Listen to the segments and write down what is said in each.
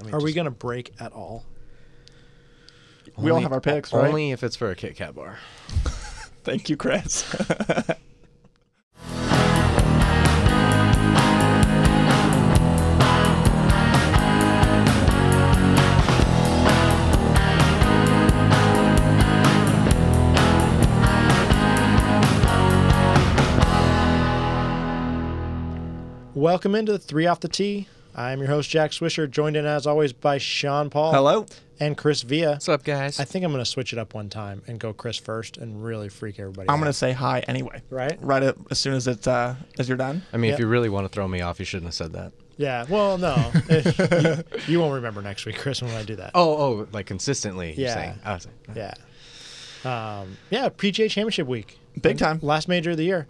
I mean, Are we just going to break at all? We all only- have our picks, right? Only if it's for a Kit Kat bar. Thank you, Chris. Welcome into Three Off the Tee. I'm your host, Jack Swisher, joined in as always by Sean Paul Hello. and Chris Villa. What's up, guys? I think I'm going to switch it up one time and go Chris first and really freak everybody I'm gonna out. say hi anyway. Right? Right at, as soon as it uh, as you're done. I mean, Yeah. if you really want to throw me off, you shouldn't have said that. Yeah. Well, no. you, you won't remember next week, Chris, when I do that. Oh, oh, like consistently. You're Yeah. saying. Ah, I was like, Yeah. Um, yeah, PGA Championship week. Big time. Last major of the year.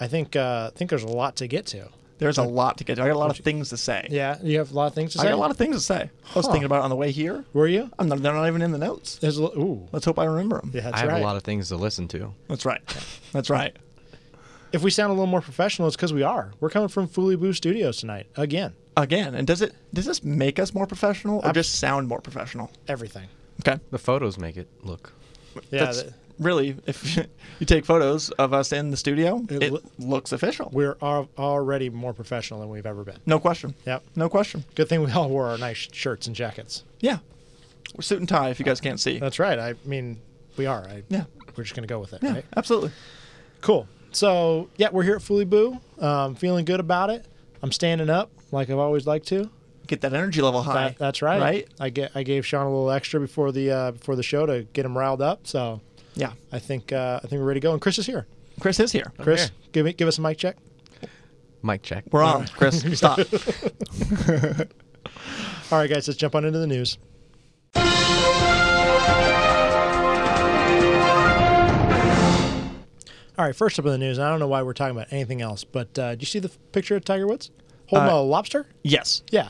I think uh, I think there's a lot to get to. There's a lot to get to. I got a lot of things to say. Yeah, you have a lot of things to I say. got a lot of things to say. I was Huh. thinking about it on the way here. Were you? I'm not, they're not even in the notes. There's a, lo- ooh. Let's hope I remember them. Yeah, that's I have right. a lot of things to listen to. That's right. That's right. if we sound a little more professional, it's because we are. We're coming from Fooly Boo Studios tonight again. Again, and does it does this make us more professional or Abs- just sound more professional? Everything. Okay. The photos make it look. Yeah, That's th- really if you take photos of us in the studio, It it, loo- looks official. we're al- already more professional than we've ever been. No question. Yep. No question. Good thing we all wore our nice shirts and jackets. Yeah. We're suit and tie if you guys can't see. Uh, That's right. I mean, we are. I, Yeah. We're just gonna go with it, Yeah, right? absolutely. Cool. So yeah, we're here at Fooly Boo. Um, feeling good about it. I'm standing up like I've always liked to. Get that energy level high. That, that's right. Right? I get. I gave Sean a little extra before the uh, before the show to get him riled up. So Yeah. I think uh, I think we're ready to go. And Chris is here. Chris is here. here. Chris, give me give us a mic check. Mic check. We're on. Chris, stop. All right, guys, let's jump on into the news. All right, first up in the news, and I don't know why we're talking about anything else, but uh, do you see the f- picture of Tiger Woods holding Uh, a lobster? yes. Yeah.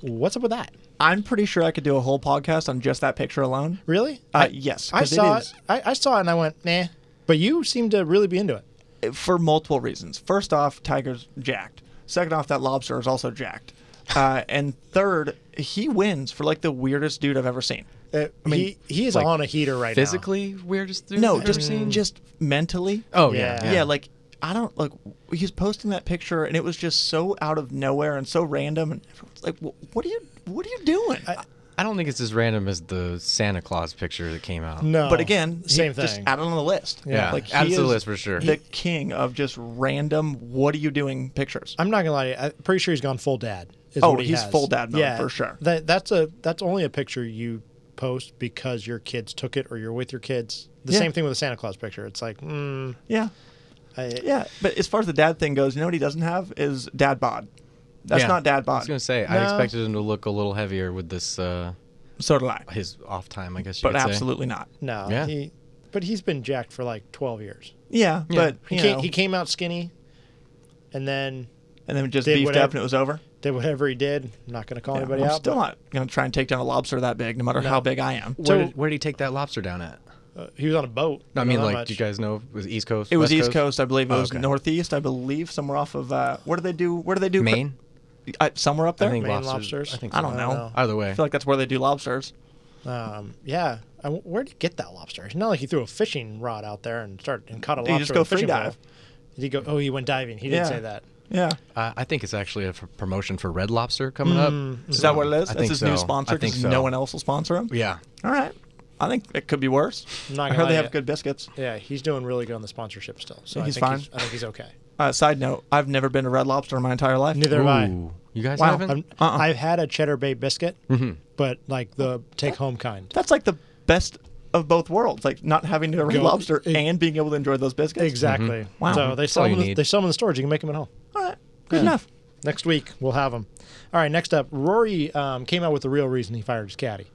What's up with that? I'm pretty sure I could do a whole podcast on just that picture alone. Really? Uh, yes, I 'cause it saw it. is- I, I saw it and I went, nah. But you seem to really be into it. uh, for multiple reasons. First off, Tiger's jacked. Second off, that lobster is also jacked. Uh, and third, he wins for like the weirdest dude I've ever seen. Uh, he, he is like, on a heater right Physically weirdest dude No, I've just ever seen. just mentally. Oh Yeah. yeah. yeah. like I don't like he's posting that picture and it was just so out of nowhere and so random and everyone's like, "Wh- "What are you what are you doing?" I don't think it's as random as the Santa Claus picture that came out. now. No. but again, Oh, same he- thing. Just add it on the list. Yeah, like add it he to the is list for sure. The king of just random "What are you doing?" pictures. I'm not gonna lie to you. I'm pretty sure he's gone full dad. is Oh, what he he's has. full dad mode for sure. That, that's a that's only a picture you post because your kids took it or you're with your kids. The Yeah. same thing with the Santa Claus picture. It's like, mm, Yeah, I, Yeah, but as far as the dad thing goes, you know what he doesn't have is dad bod. That's Yeah. not dad bod. I was gonna say No. I expected him to look a little heavier with this uh, so do I. his off time. I guess. You But could say. absolutely not. no, Yeah. he. But he's been jacked for like 12 years. Yeah, but He, you came, know, he came out skinny, and then and then just did beefed whatever- up and it was over. did whatever he did. I'm not gonna call Yeah, anybody I'm out. still but- not gonna try and take down a lobster that big, no matter how big I am. Where, So- did, where did he take that lobster down at? Uh, he was on a boat. No, I don't mean, know like, much. do you guys know? It was East Coast. It was West East Coast, I believe. It Oh, was okay. Northeast, I believe, somewhere off of uh, where do they do? Where do they do? Maine. Uh, somewhere up there. I think Maine lobsters- lobsters? I think I don't so. know. Either way, I feel like that's where they do lobsters. Um, yeah. I, where'd he get that lobster? It's not like he threw a fishing rod out there and started and caught a lobster. just with go a fishing free pole. dive. Did he go? Oh, he went diving. He didn't Yeah. say that. Yeah. Uh, I think it's actually a f- promotion for Red Lobster coming up. Mm, Is that what it is? I that's think his so. new I sponsor think because so. no one else will sponsor him. Yeah. All right. I think it could be worse. I'm not I gonna heard they lie have yet. good biscuits. Yeah, he's doing really good on the sponsorship still. So He's I think fine. He's, I think he's okay. Uh, side note: I've never been to Red Lobster in my entire life. Neither have I. Ooh. You guys Wow. haven't? I'm, Uh-uh. Mm-hmm. I've had a Cheddar Bay biscuit, but like the take home kind. That's like the best of both worlds. Like not having to eat a Red Go- Lobster e- and being able to enjoy those biscuits. Exactly. Mm-hmm. Wow. So they That's sell all you them. in the- need. They sell them in the stores. You can make them at home. All right. Good enough. Next week we'll have them. All right. Next up, Rory um, came out with the real reason he fired his caddy,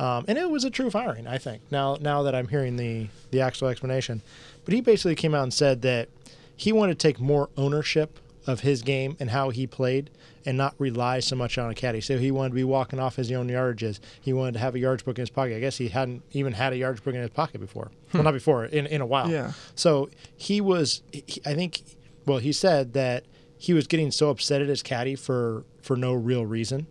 um, and it was a true firing. I think now now that I'm hearing the the actual explanation, but he basically came out and said that he wanted to take more ownership of his game and how he played, and not rely so much on a caddy. So he wanted to be walking off his own yardages. He wanted to have a yards book in his pocket. I guess he hadn't even had a yards book in his pocket before. Well, not before in in a while. Yeah. So he was, he, I think, well, he said that he was getting so upset at his caddy for for no real reason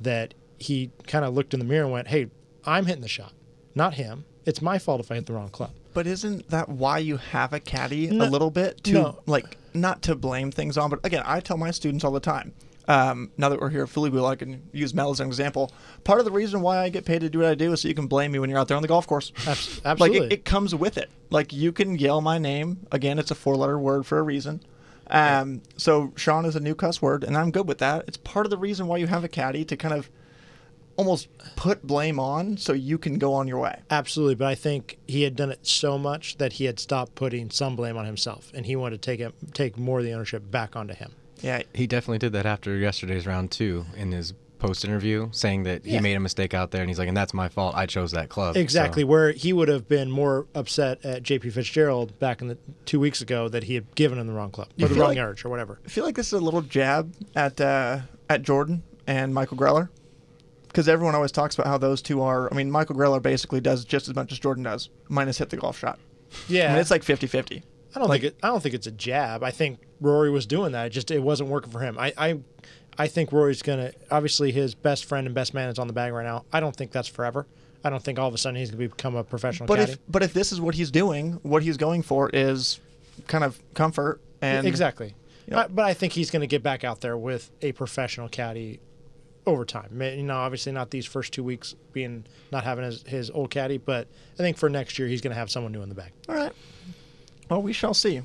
that he kind of looked in the mirror and went, "Hey, I'm hitting the shot, not him. It's my fault if I hit the wrong club." But isn't that why you have a caddy No- a little bit to no. like not to blame things on? But again, I tell my students all the time. Um, now that we're here at Philly Wheel, I can use Mel as an example. Part of the reason why I get paid to do what I do is so you can blame me when you're out there on the golf course. Abs- Like it, absolutely. it comes with it. Like you can yell my name again. It's a four-letter word for a reason. Um, so Sean is a new cuss word, and I'm good with that. It's part of the reason why you have a caddy to kind of almost put blame on, so you can go on your way. Absolutely, but I think he had done it so much that he had stopped putting some blame on himself, and he wanted to take it, take more of the ownership back onto him. Yeah, He definitely did that after yesterday's round two in his post interview, saying that he Yeah. made a mistake out there, and he's like, "And that's my fault. I chose that club." So- Exactly where he would have been more upset at JP Fitzgerald back in the two weeks ago that he had given him the wrong club You or the feel wrong like- urge or whatever. I feel like this is a little jab at uh, at Jordan and Michael Greller, because everyone always talks about how those two are. I mean, Michael Greller basically does just as much as Jordan does, minus hit the golf shot. Yeah, I mean, it's like 50-50. I don't think it, I don't think it's a jab. I think Rory was doing that. It just it wasn't working for him. I I, I think Rory's gonna obviously his best friend and best man is on the bag right now. I don't think that's forever. I don't think all of a sudden he's gonna become a professional But caddy. if but if this is what he's doing, what he's going for is kind of comfort and exactly. you know- But, but I think he's going to get back out there with a professional caddy over time. Ma- You know, obviously not these first two weeks being not having his, his old caddy, but I think for next year he's going to have someone new in the bag. All right. Well, we shall see.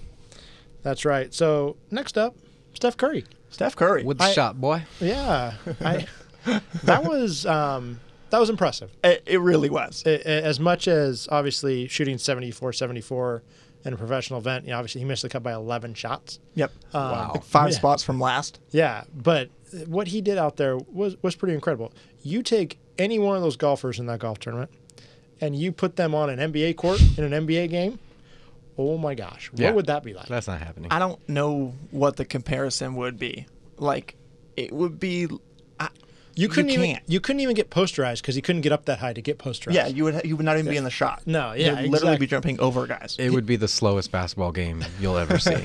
That's right. So next up, Steph Curry. Steph Curry. With the I- shot, boy. Yeah, I, that was um, that was impressive. it, it really was. A- a- As much as obviously shooting 74 74 in a professional event, you know, obviously he missed the cut by 11 shots. Yep. Um, Wow. Like five yeah. spots from last. Yeah, but what he did out there was was pretty incredible. You take any one of those golfers in that golf tournament, and you put them on an NBA court in an NBA game. Oh my gosh, what Yeah. would that be like? That's not happening. I don't know what the comparison would be. Like it would be. I, you couldn't even can't. you couldn't even get posterized because he couldn't get up that high to get posterized. Yeah, you would you would not even be in the shot. No, You'd yeah, literally be exactly. jumping over guys. it would be the slowest basketball game you'll ever see.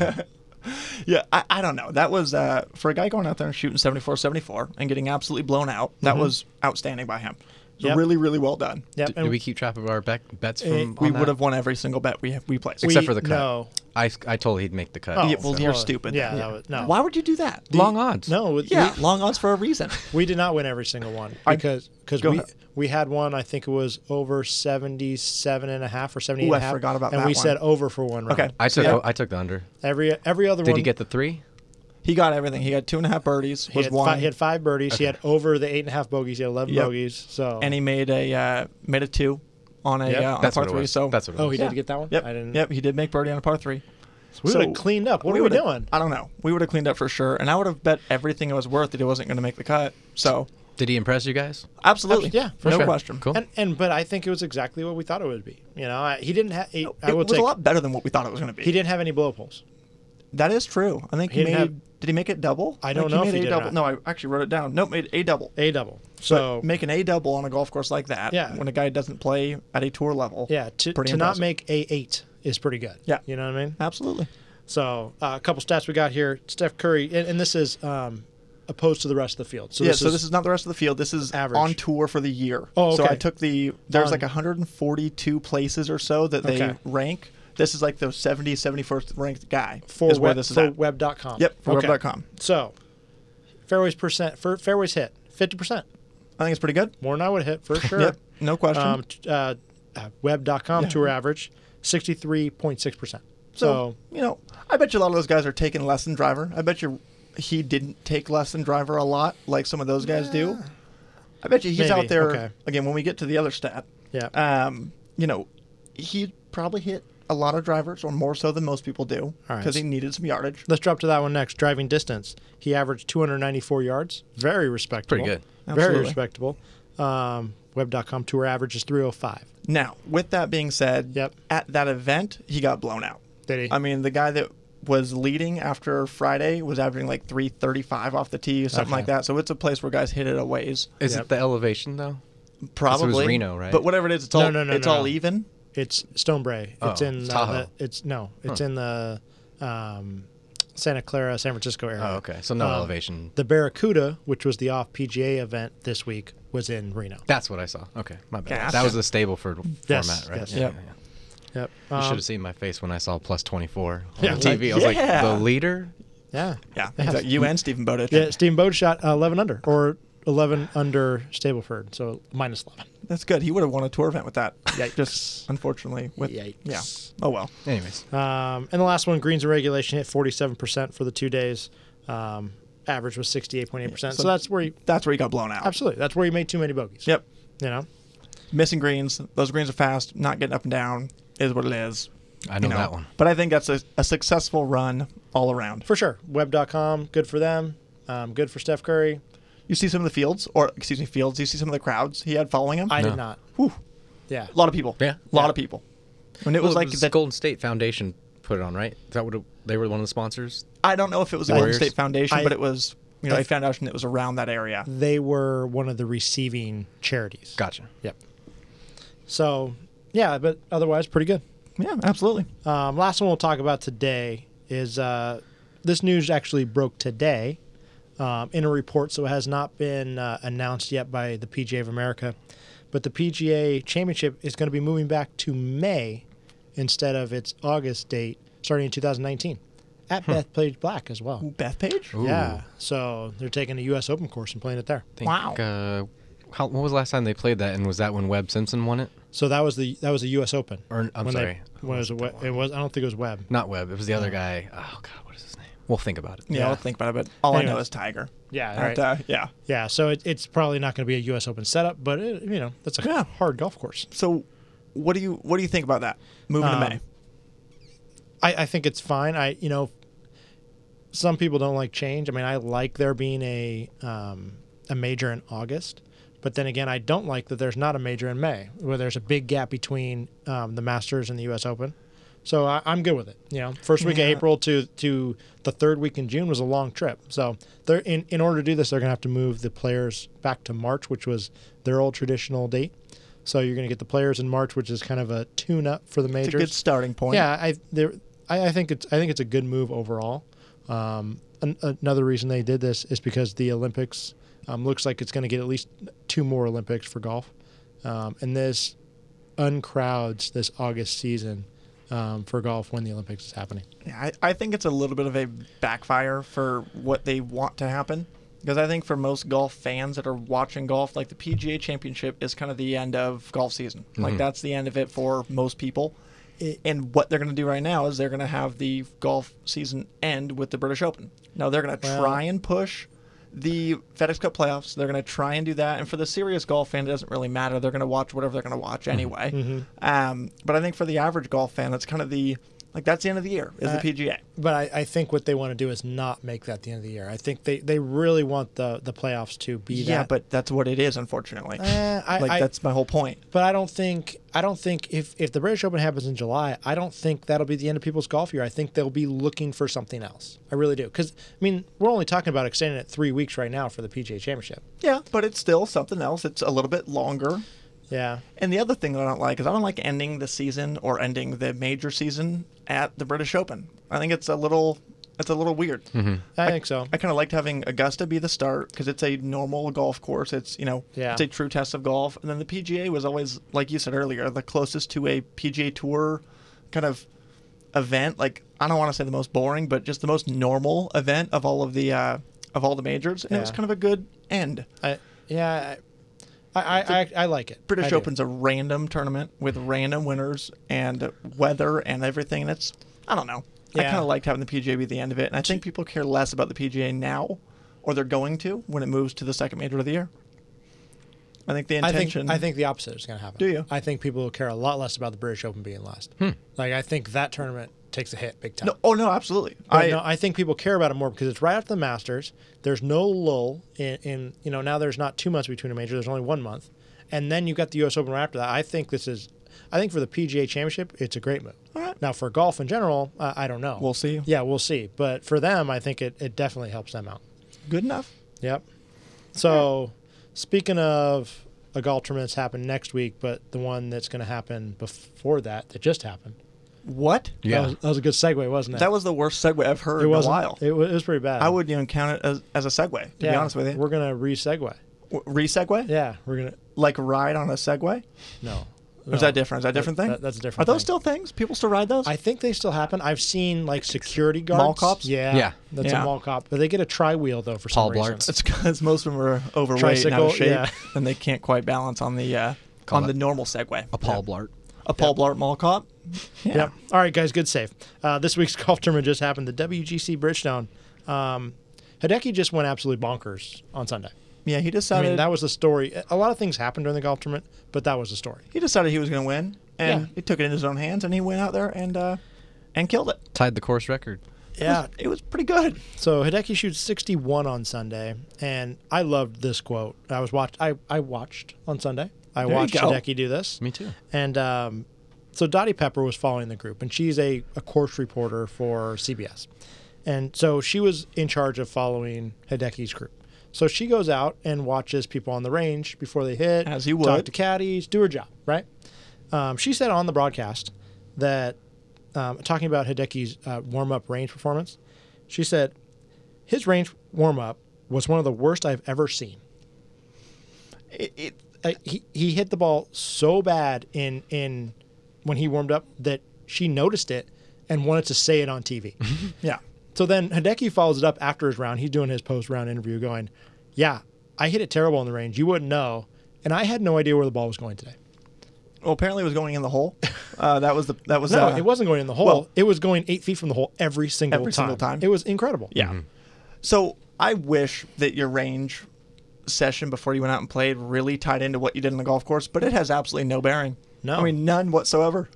yeah, I, I don't know. That was uh, for a guy going out there and shooting 74-74 and getting absolutely blown out. That was outstanding by him. So Mm-hmm. Yep. Really, really well done. Yep, D- and do we keep track of our bec- bets from? on Eh, We that? would have won every single bet we we placed. We- except for the cut. no. I, I told he'd make the cut. Oh, yeah, well, so- you're stupid. Yeah, then. that was- no. Why would you do that? long odds. no, we- yeah, long odds for a reason. we did not win every single one I- because because go we ahead. we had one I think it was over 77 and a half or 78 Ooh, I and a half, forgot about and that we one. said over for one round. Okay. I took Yeah. I took the under. Every every other Did one he get the three? He got everything. He got two and a half birdies. He was had, one. fi- he had five birdies. He had over the eight and a half bogeys. He had eleven Yep. bogeys. So and he made a uh, made a two on a Yep. uh, on That's a par what it three. was. So That's what it was. oh, he Yeah. did get that one. Yep. I didn't. Yep. He did make birdie on a par three. We would have cleaned up. What are we would've- doing? I don't know. We would have cleaned up for sure, and I would have bet everything it was worth that it wasn't going to make the cut. So Did he impress you guys? absolutely, Abs- yeah, for no sure. question. Cool. And and but I think it was exactly what we thought it would be. You know, I, he didn't have. He, I It will was take. a lot better than what we thought it was going to be. He didn't have any blow holes. That is true. I think He he, made. didn't Did he make it double? I don't think know He if made he a did or double. No, I actually wrote it down. Nope, made a double. A double. So So make an A double on a golf course like that. Yeah. When a guy doesn't play at a tour level. yeah, to, pretty to not impressive. make a eight is pretty good. Yeah. You know what I mean? Absolutely. So uh, a couple stats we got here. Steph Curry, and, and this is um, opposed to the rest of the field. So yeah. this so is, this is not the rest of the field. This is Average. on tour for the year. Oh, So okay. I took the there's Done. like 142 places or so that they Okay. rank. This is like the 70, 71st ranked guy for is where web, this is for at. web.com. Yep, for web.com. So, fairways percent for fairways hit fifty percent I think it's pretty good. more than I would hit for sure. Yep, no question. Um, t- uh, uh, web.com tour average sixty three point six percent. So you know, I bet you a lot of those guys are taking less than driver. I bet you he didn't take less than driver a lot, like some of those guys do. I bet you he's Maybe, out there okay. again. When we get to the other stat, Yeah. um, you know, he probably hit a lot of drivers, or more so than most people do, All right. because he needed some yardage. let's drop to that one next. Driving distance, he averaged two hundred ninety four yards. Very respectable. Pretty good. Very Absolutely. respectable. Um, web.com tour average is three hundred five. Now, with that being said, Yep. at that event, he got blown out. Did he? I mean, the guy that was leading after Friday was averaging like 335 off the tee, something Okay. like that. So it's a place where guys hit it a ways. Is Yep. it the elevation though? Probably Reno, right? But whatever it is, it's No, all no, no, it's no, all no. even. It's Stonebray. it's Oh, in uh, Tahoe. the- it's no. It's in the um, Santa Clara, San Francisco area. Oh, okay. So no Um, elevation. The Barracuda, which was the off PGA event this week, was in Reno. That's what I saw. Okay, my bad. Gotcha. That was the Stableford Yes, format, right? yes. Yeah, Yep. yeah, yeah. Yep. You should Um, have seen my face when I saw plus 24 on Yeah. the TV. I was Yeah. like, the leader? yeah. Yeah, exactly. you and Stephen Bowditch. Yeah. Steamboat shot uh, 11 under or 11 under Stableford, so minus 11. That's good. He would have won a tour event with that. Yikes. Just unfortunately with yeah. Yikes. Oh well. Anyways, Um, and the last one, greens and regulation hit 47% for the two days. Um, average was 68.8%. Yeah, so, so- that's where you, That's where he got blown out. absolutely, that's where you made too many bogeys. Yep. You know? Missing greens. Those greens are fast. Not getting up and down is what it is. I know, you that one. But I think that's a, a successful run all around. For sure. Web.com, good for them. Um, good for Steph Curry. You see some of the fields, or excuse me, fields. You see some of the crowds he had following him. I No. did not. Whew. Yeah. a lot of people. Yeah. a lot Yeah. of people. And it was like the that. Golden State Foundation put it on, right? Is that what it, they were one of the sponsors? I don't know if it was the Golden Warriors. State Foundation, I- but it was. You know, I- I found out it was around that area. They were one of the receiving charities. Gotcha. Yep. So, yeah, but otherwise, pretty good. Yeah, absolutely. Um, last one we'll talk about today is uh, this news actually broke today um, in a report, so it has not been uh, announced yet by the PGA of America. But the PGA Championship is going to be moving back to May instead of its August date, starting in 2019, at Bethpage Black as well. Beth Page. Ooh. Yeah, so they're taking a U.S. Open course and playing it there. Think, Wow. Uh, how, when was the last time they played that? And was that when Webb Simpson won it? So that was the that was the U.S. Open. Or I'm when they- sorry, when it was we- it was I don't think it was Webb. not Webb. It was the other guy. Oh God, what is his name? We'll think about it. Yeah, Yeah. I'll think about it. But all I know Anyways. is Tiger. Yeah, And, uh, yeah. Yeah, so it, it's probably not going to be a U.S. Open setup, but it, you know that's a Yeah. hard golf course. So, what do you what do you think about that moving Um, to May? I, I think it's fine. I you know, some people don't like change. I mean, I like there being a um, a major in August, but then again, I don't like that there's not a major in May, where there's a big gap between um, the Masters and the U.S. Open. So I, I'm good with it. You know, first week Yeah. of April to to the third week in June was a long trip. So they're in in order to do this, they're going to have to move the players back to March, which was their old traditional date. So you're going to get the players in March, which is kind of a tune up for the It's a majors. good starting point. Yeah, I there, I, I think it's I think it's a good move overall. Um, an, another reason they did this is because the Olympics um, looks like it's going to get at least two more Olympics for golf, um, and this uncrowds this August season um, for golf when the Olympics is happening. Yeah, I, I think it's a little bit of a backfire for what they want to happen. Because I think for most golf fans that are watching golf, like the PGA Championship is kind of the end of golf season. Like that's the end of it for most people. and what they're going to do right now is they're going to have the golf season end with the British Open. Now they're going to Well- try and push the FedEx Cup playoffs. They're going to try and do that. And for the serious golf fan, it doesn't really matter. They're going to watch whatever they're going to watch Mm-hmm. anyway. Um, but I think for the average golf fan, that's kind of the like that's the end of the year is Uh, the PGA. But I, I think what they want to do is not make that the end of the year. I think they, they really want the, the playoffs to be Yeah, that. but that's what it is, unfortunately. Eh, I- like I- that's my whole point. But I don't think I don't think if if the British Open happens in July, I don't think that'll be the end of people's golf year. I think they'll be looking for something else. I really do. Because I mean, we're only talking about extending it three weeks right now for the PGA Championship. Yeah, but it's still something else. It's a little bit longer. Yeah. And the other thing that I don't like is I don't like ending the season or ending the major season at the British Open. I think it's a little it's a little weird. I, think so. I kind of liked having Augusta be the start because it's a normal golf course. It's you know Yeah. it's a true test of golf. And then the PGA was always like you said earlier the closest to a PGA Tour kind of event. Like I don't want to say the most boring, but just the most normal event of all of the uh, of all the majors. And it was Yeah. kind of a good end. I, yeah. I, I, I, I like it. I British do. Open's a random tournament with random winners and weather and everything. And it's, I don't know. I Yeah. kind of liked having the PGA be the end of it. And I think people care less about the PGA now, or they're going to when it moves to the second major of the year. I think the I think intention. I think the opposite is going to happen. Do you? Hmm. I think people will care a lot less about the British Open being last. Like I think that tournament takes a hit big time. No, oh no, absolutely. But I no, I think people care about it more because it's right after the Masters. There's no lull in, in you know now there's not two months between a major. There's only one month, and then you got the U.S. Open right after that. I think this is, I think for the PGA Championship, it's a great move. All right. Now for golf in general, uh, I don't know. We'll see. Yeah, we'll see. But for them, I think it, it definitely helps them out. good enough. Yep. So speaking of a golf tournament that's happened next week, but the one that's going to happen before that that just happened What? Yeah. That was, that was a good segue, wasn't it? That was the worst segue I've heard it in a wasn't- while. It was, it was pretty bad. I wouldn't even count it as, as a segue, to be honest with you. We're gonna re-segue. Re segue? Yeah, we're gonna Like ride on a Segway? no. Or is that different? Is that a different thing? that- that's a different Are those thing. still things? People still ride those? I think they still happen. I've seen like security guards. Mall cops? Yeah, Yeah. that's Yeah. a mall cop. But they get a tri wheel though for some Paul reason. Blart. It's because most of them are overweight and Tricycle, out of shape, yeah. and they can't quite balance on the uh, Call on it the normal Segway. a Paul Blart. A Paul Blart mall cop. Yeah. Yep. All right, guys, good save. Uh, this week's golf tournament just happened. The WGC Bridgestone. Um, Hideki just went absolutely bonkers on Sunday. Yeah, he I decided mean, that was the story. A lot of things happened during the golf tournament, but that was the story. he decided he was going to win, and Yeah. he took it in his own hands, and he went out there and uh, and killed it. Tied the course record. Yeah. It was pretty good. So Hideki shoots 61 on Sunday, and I loved this quote. I was watched. I, I watched on Sunday. I you watched go. Hideki do this. Me too. And um, so Dottie Pepper was following the group, and she's a, a course reporter for CBS. And so she was in charge of following Hideki's group. So she goes out and watches people on the range before they hit, As you talk would. to caddies, do her job, right? Um, she said on the broadcast that, um, talking about Hideki's uh, warm up range performance, she said his range warm up was one of the worst I've ever seen It, it, uh, he he hit the ball so bad in in when he warmed up that she noticed it and wanted to say it on TV. yeah. so then Hideki follows it up after his round. He's doing his post round interview, going, "Yeah, I hit it terrible in the range. You wouldn't know, and I had no idea where the ball was going today. Well, apparently it was going in the hole. Uh, that was the that was No, uh, it wasn't going in the hole. well- it was going eight feet from the hole every single Every time. single time? It was incredible. Yeah. So I wish that your range session before you went out and played really tied into what you did on the golf course, but it has absolutely no bearing. No. I mean none whatsoever.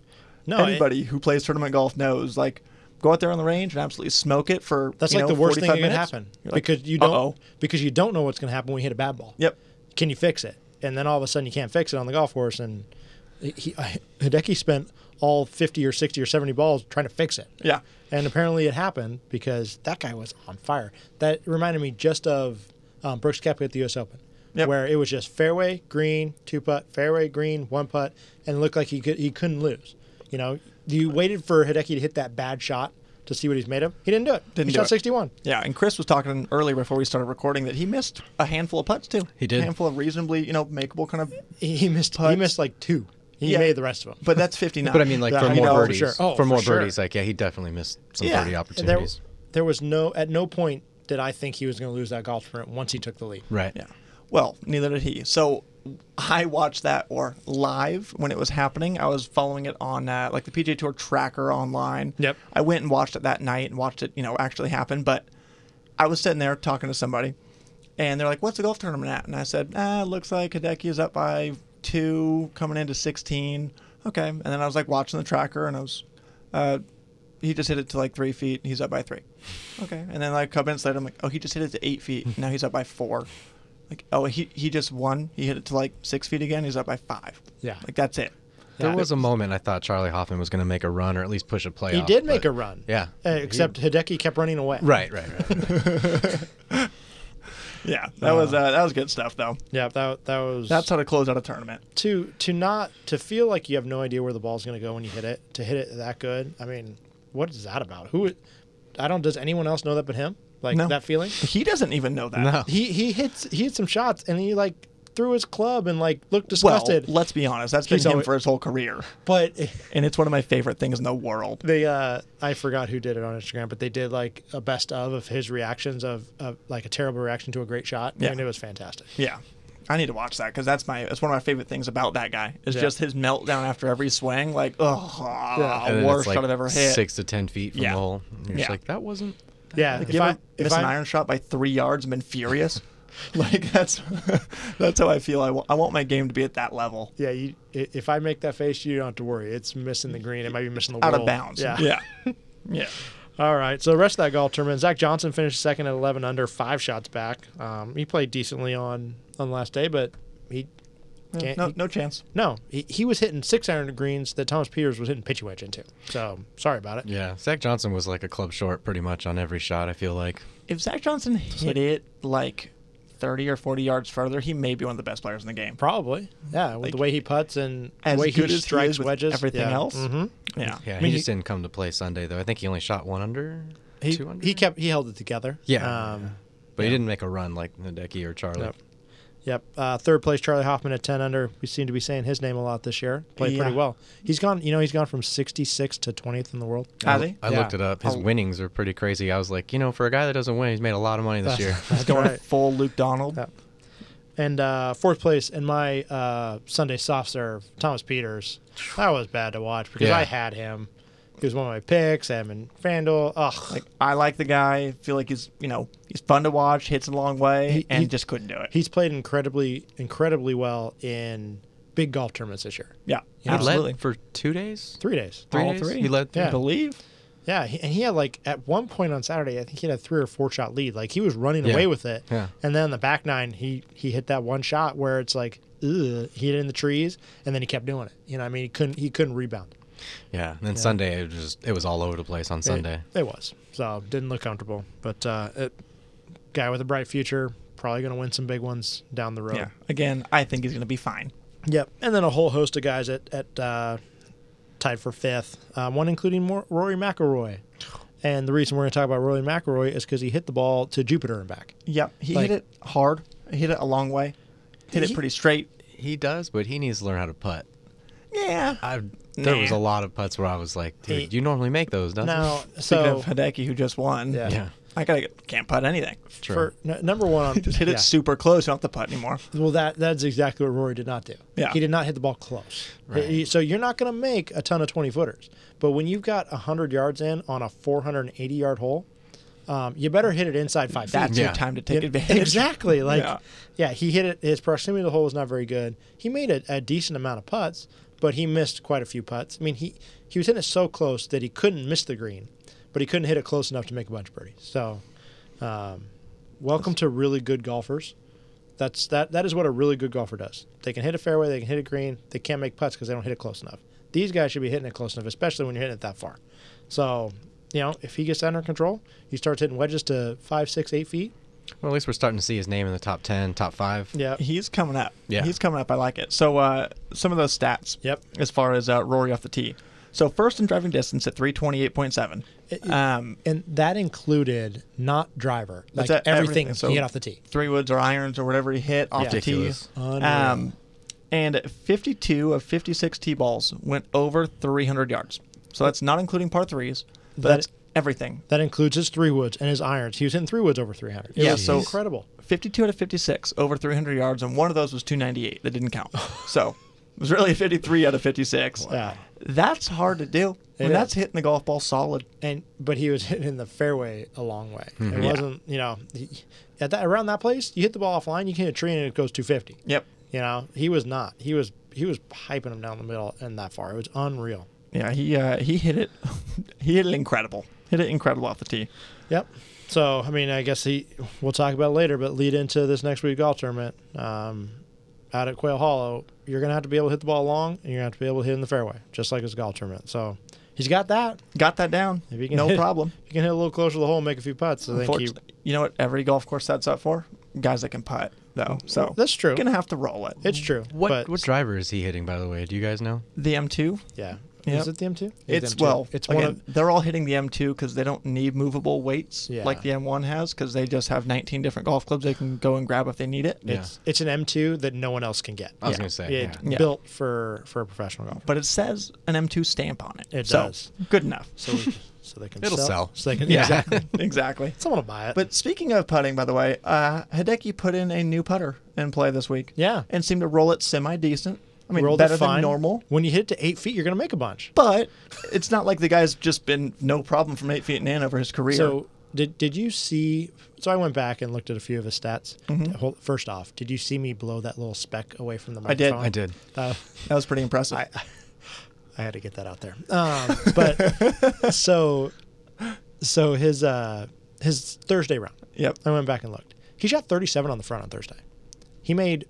No, it- anybody who plays tournament golf knows like go out there on the range and absolutely smoke it for That's you like know, the worst thing 45 that could minutes. happen You're like, because you don't "Uh-oh." because you don't know what's going to happen when you hit a bad ball. Yep. Can you fix it? And then all of a sudden you can't fix it on the golf course. And he, I, Hideki spent all fifty or sixty or seventy balls trying to fix it. Yeah. And apparently it happened because that guy was on fire. That reminded me just of um, Brooks Koepka at the U.S. Open, Yep. where it was just fairway, green, two putt, fairway, green, one putt, and it looked like he could he couldn't lose. You know, you waited for Hideki to hit that bad shot to see what he's made of. He didn't do it. Didn't he do shot it. 61. Yeah, and Chris was talking earlier before we started recording that he missed a handful of putts too. He did. a handful of reasonably you know makeable kind of, He, he missed. He Putts. missed like two. He Yeah. made the rest of them. but that's fifty nine. But I mean, like Yeah, for I more know, for birdies, sure. Oh, for more for sure. birdies, like yeah, he definitely missed some Yeah. birdie And And there, opportunities. there was no at no point did I think he was going to lose that golf tournament once he took the lead. Right. Yeah. Well, neither did he. So I watched that or live when it was happening. I was following it on uh, like the PJ Tour tracker online. Yep. I went and watched it that night and watched it, you know, actually happen. But I was sitting there talking to somebody, and they're like, "What's the golf tournament at?" And I said, "Ah, it looks like Hideki is up by two, coming into 16." Okay. And then I was like watching the tracker, and I was, uh, he just hit it to like three feet. And he's up by three. Okay. And then like a couple minutes later, I'm like, "Oh, he just hit it to eight feet. and Now he's up by four. Like, oh, he he just won. He hit it to like six feet again. He's up by five. Yeah. Like that's it. There Yeah. was a moment I thought Charlie Hoffman was going to make a run or at least push a play. He did make a run. Yeah. Uh, except Hideki kept running away. Right, right, right. Yeah. That was uh, that was good stuff though. Yeah. That that was That's how to close out a tournament. to to not to feel like you have no idea where the ball's going to go when you hit it to hit it that good i mean what is that about who i don't does anyone else know that but him like No. that feeling He doesn't even know that. No. he he hits he hit some shots and he like threw his club and like looked Well, disgusted let's be honest. That's been He's him always- for his whole career, but and it's one of my favorite things in the world. they uh i forgot who did it on instagram but they did like a best of of his reactions of, of like a terrible reaction to a great shot Yeah. and it was fantastic Yeah, I need to watch that because that's my that's one of my favorite things about that guy is Yeah. just his meltdown after every swing. Like, oh, And then worst it's like shot I've ever hit. Six to ten feet from Yeah. the hole. And you're Yeah. just like, that wasn't. yeah If, I miss an iron shot by three yards, I've been furious. like that's that's how I feel. I wa- I want my game to be at that level, yeah you, i- if i make that face you don't have to worry it's missing the green it might be missing the out of world. bounds. yeah yeah, yeah. All right. So the rest of that golf tournament, Zach Johnson finished second at 11 under, five shots back. Um, he played decently on on the last day, but he can't. No, he- no chance. no, he, he was hitting six iron greens that Thomas Peters was hitting pitch wedge into. So sorry about it. Yeah. Zach Johnson was like a club short pretty much on every shot, I feel like. if Zach Johnson hit it like 30 or 40 yards further, he may be one of the best players in the game. Probably. Yeah, with the Like, way he puts and the As way good he as he strikes is with wedges. everything yeah. else. Mhm. Yeah. Yeah, I mean, he just he- didn't come to play Sunday though. I think he only shot one under, He, two under. he kept he held it together. Yeah, Um, yeah. but he didn't make a run like Nadecki or Charlie. Yep. Yep. Uh, third place, Charlie Hoffman at 10 under. We seem to be saying his name a lot this year. Played Yeah. pretty well. He's gone, you know, he's gone from 66 to 20th in the world. Has he? I Yeah. looked it up. His Oh. winnings are pretty crazy. I was like, you know, for a guy that doesn't win, he's made a lot of money this year. He's That's going right. full Luke Donald. Yeah. And uh, fourth place in my uh, Sunday soft serve, Thomas Peters. That was bad to watch because Yeah. I had him. He was one of my picks. I had him in FanDuel. Ugh. Like I like the guy. Feel like he's you know he's fun to watch. Hits a long way, He- and he- just couldn't do it. he's played incredibly, incredibly well in big golf tournaments this year. yeah, He He absolutely. led for two days, Three days. three All days. three? He led. I Yeah. believe. Yeah, he, and he had like at one point on Saturday, I think he had a three or four shot lead. Like he was running Yeah. away with it. Yeah. And then the back nine, he he hit that one shot where it's like, ugh, he hit it in the trees, and then he kept doing it. You know, I mean, he couldn't he couldn't rebound. Yeah, and then Sunday it was just it was all over the place on Sunday. It, it was so didn't look comfortable, but uh, it, guy with a bright future, probably going to win some big ones down the road. Yeah. Again, I think he's going to be fine. Yep. And then a whole host of guys at, at uh, tied for fifth, uh, one including Mor- Rory McIlroy. And the reason we're going to talk about Rory McIlroy is because he hit the ball to Jupiter and back. Yep. He Like- hit it hard. He hit it a long way. Hit He- it pretty straight. He does, but he needs to learn how to putt. Yeah. I there was a Nah. lot of putts where I was like, dude, He- you normally make those, don't Now, Speaking so of Hideki, who just won. Yeah. you? Yeah, I gotta get, can't putt anything. true. for n- number one, on, Just hit yeah. it super close. You don't have to putt anymore. Well, that that's exactly what Rory did not do. Yeah. He did not hit the ball close. Right. He- So you're not going to make a ton of 20 footers. But when you've got 100 yards in on a 480 yard hole, um, you better hit it inside five feet. That's Yeah. your time to take Yeah, advantage. Exactly. Like, yeah. Yeah. he hit it. His proximity to the hole was not very good. He made a, a decent amount of putts, but he missed quite a few putts. I mean, he he was hitting it so close that he couldn't miss the green, but he couldn't hit it close enough to make a bunch of birdies. So, um, welcome to really good golfers. That's that. That is what a really good golfer does. They can hit a fairway. They can hit a green. They can't make putts because they don't hit it close enough. These guys should be hitting it close enough, especially when you're hitting it that far. So, you know, if he gets that under control, he starts hitting wedges to five, six, eight feet. Well, at least we're starting to see his name in the top ten, top five. Yeah. He's coming up. Yeah. He's coming up. I like it. So uh, some of those stats. Yep. As far as uh, Rory off the tee. So first in driving distance at 328.7. It- Um, and that included not driver, like That's everything, e- everything. So- he hit off the tee. three woods or irons or whatever he hit off the tee. Ridiculous. Unreal. Um, and 52 of 56 tee balls went over 300 yards. So that's not including par threes, That- but that's everything. That includes his three woods and his irons. He was hitting three woods over 300. It Yeah, was so- incredible. 52 out of 56 over 300 yards, and one of those was 298. That didn't count. so it was really 53 out of 56. Yeah. That's hard to do. It And is. that's hitting the golf ball solid. And but he was hitting the fairway a long way. It Hmm. Yeah. wasn't, you know, he- at that around that place, you hit the ball offline, you can hit a tree and it goes 250. Yep. You know, he was not. He was he was piping him down the middle and that far. It was unreal. Yeah, he uh, he hit it. he hit it incredible. Hit it incredible off the tee. Yep. So I mean, I guess he. We'll talk about it later, but lead into this next week golf tournament um, out at Quail Hollow. You're gonna have to be able to hit the ball long, and you're gonna have to be able to hit in the fairway, just like his golf tournament. So he's got that. Got that down. If you can no hit- problem. You can hit a little closer to the hole, and make a few putts. So thank you. Unfortunately- you know what every golf course that's up for? Guys that can putt, though. So That's true. Gonna have to roll it. It's true. What But, what driver is he hitting, by the way? Do you guys know? The M2. Yeah. Yeah. Is it the M2? It's M2. well. It's again, one of. they're all hitting the M2 because they don't need movable weights Yeah. like the M1 has because they just have 19 different golf clubs they can go and grab if they need it. Yeah. It's it's an M2 that no one else can get. I was gonna say, It's Oh, yeah. Yeah. built for for a professional golfer. But it says an M2 stamp on it. It so, does. Good enough. So we, so they can It'll sell. So they can Yeah. exactly. exactly. Someone will buy it. But speaking of putting, by the way, uh, Hideki put in a new putter in play this week. Yeah. And seemed to roll it semi decent. I mean, rolled it better fine. than normal. When you hit it to eight feet, you're going to make a bunch. But it's not like the guy's just been no problem from eight feet and in over his career. So did did you see? So I went back and looked at a few of his stats. Mm-hmm. Hold- First off, did you see me blow that little speck away from the did. microphone? I did. Uh, that was pretty impressive. I had to get that out there. Um, but so so his uh, his Thursday round. yep. I went back and looked. He shot 37 on the front on Thursday. He made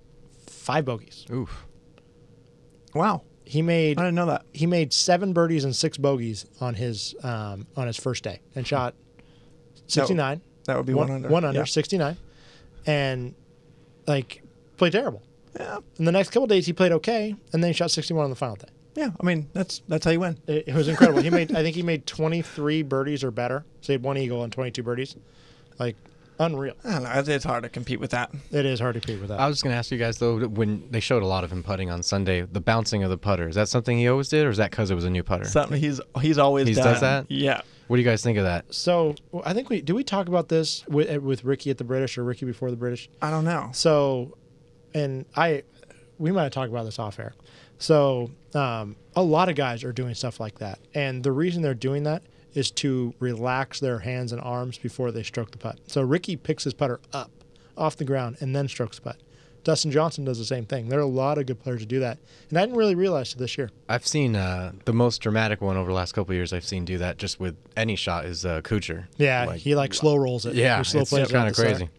five bogeys. Oof. Wow. He made I didn't know that. he made seven birdies and six bogeys on his um, on his first day and shot 69 Hmm. That would be one under. one under Yeah. 69 and like played terrible. Yeah, In the next couple days, he played okay, and then he shot 61 on the final day. yeah. I mean, that's that's how you win. It, it was incredible. he made, I think, he made 23 birdies or better. So he had one eagle and 22 birdies. Like unreal. I don't know. It's, it's hard to compete with that. It is hard to compete with Uh, that. I was going to ask you guys though, when they showed a lot of him putting on Sunday, the bouncing of the putter is that something he always did, or is that because it was a new putter? Something he's he's always He's done. does that? Yeah. what do you guys think of that? so well, I think we do we talk about this with with Ricky at the British or Ricky before the British. I don't know. So, and I, we might have talked about this off air. So, um, a lot of guys are doing stuff like that, and the reason they're doing that is to relax their hands and arms before they stroke the putt. So Ricky picks his putter up off the ground and then strokes the putt. Dustin Johnson does the same thing. There are a lot of good players who do that, and I didn't really realize it this year. I've seen uh, the most dramatic one over the last couple of years. I've seen do that just with any shot is uh, Kuchar. Yeah, he like slow rolls it. yeah, He slow it's plays it kind out of the side. crazy.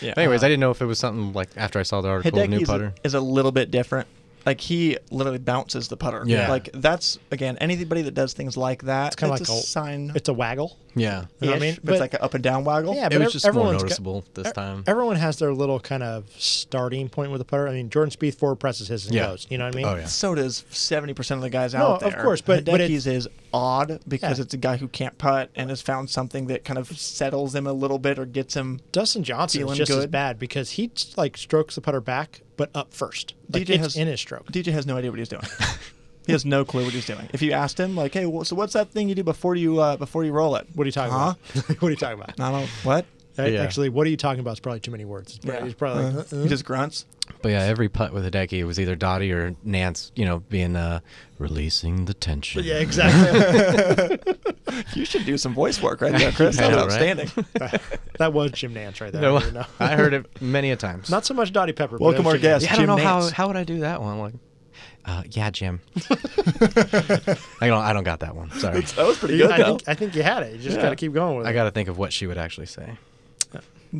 Yeah. Anyways, I didn't know if it was something like after I saw the article, Hideki new is a- putter. is a little bit different. Like he literally bounces the putter. Yeah. Like that's again anybody that does things like that. It's kinda like a a- sign. It's a waggle. yeah, You know what I ish, mean? but it's But- like an up and down waggle. Yeah, it but was ev- just more everyone's got- noticeable this E- time. Everyone has their little kind of starting point with a putter. I mean, Jordan Spieth forward presses his and Yeah. goes. You know what I mean? Oh, yeah. So does seventy percent of the guys No, out of there. course, but- but Hideki's is odd because Yeah. it's a guy who can't putt and has found something that kind of settles him a little bit or gets him. Dustin Johnson Feeling is just as good. bad because he like strokes the putter back, but up first. Like, DJ it's has- in his stroke. DJ has no idea what he's doing. he has no clue what he's doing. If you asked him, like, hey, wh- so what's that thing you do before you uh, before you roll it? What are you talking Huh? about? what are you talking about? I don't. What? That- Yeah. Actually, what are you talking about? Is probably too many words. It's probably, Yeah. it's probably like, Uh, uh-uh. He just grunts. But yeah, every putt with Hideki was either Dottie or Nance, you know, being uh, releasing the tension. yeah, exactly. You should do some voice work right there, Chris. I That's know, right? outstanding. that was Jim Nance right there. No, I don't know. I heard it many a times. Not so much Dottie Pepper. but Welcome it was our Jim Nance. guest. yeah, I don't Jim know how Nance. how would I do that one. Like, uh, yeah, Jim. I don't I don't got that one. Sorry. That was pretty You- good, I, though. think, I think you had it. You just Yeah. got to keep going with it. I got to think of what she would actually say.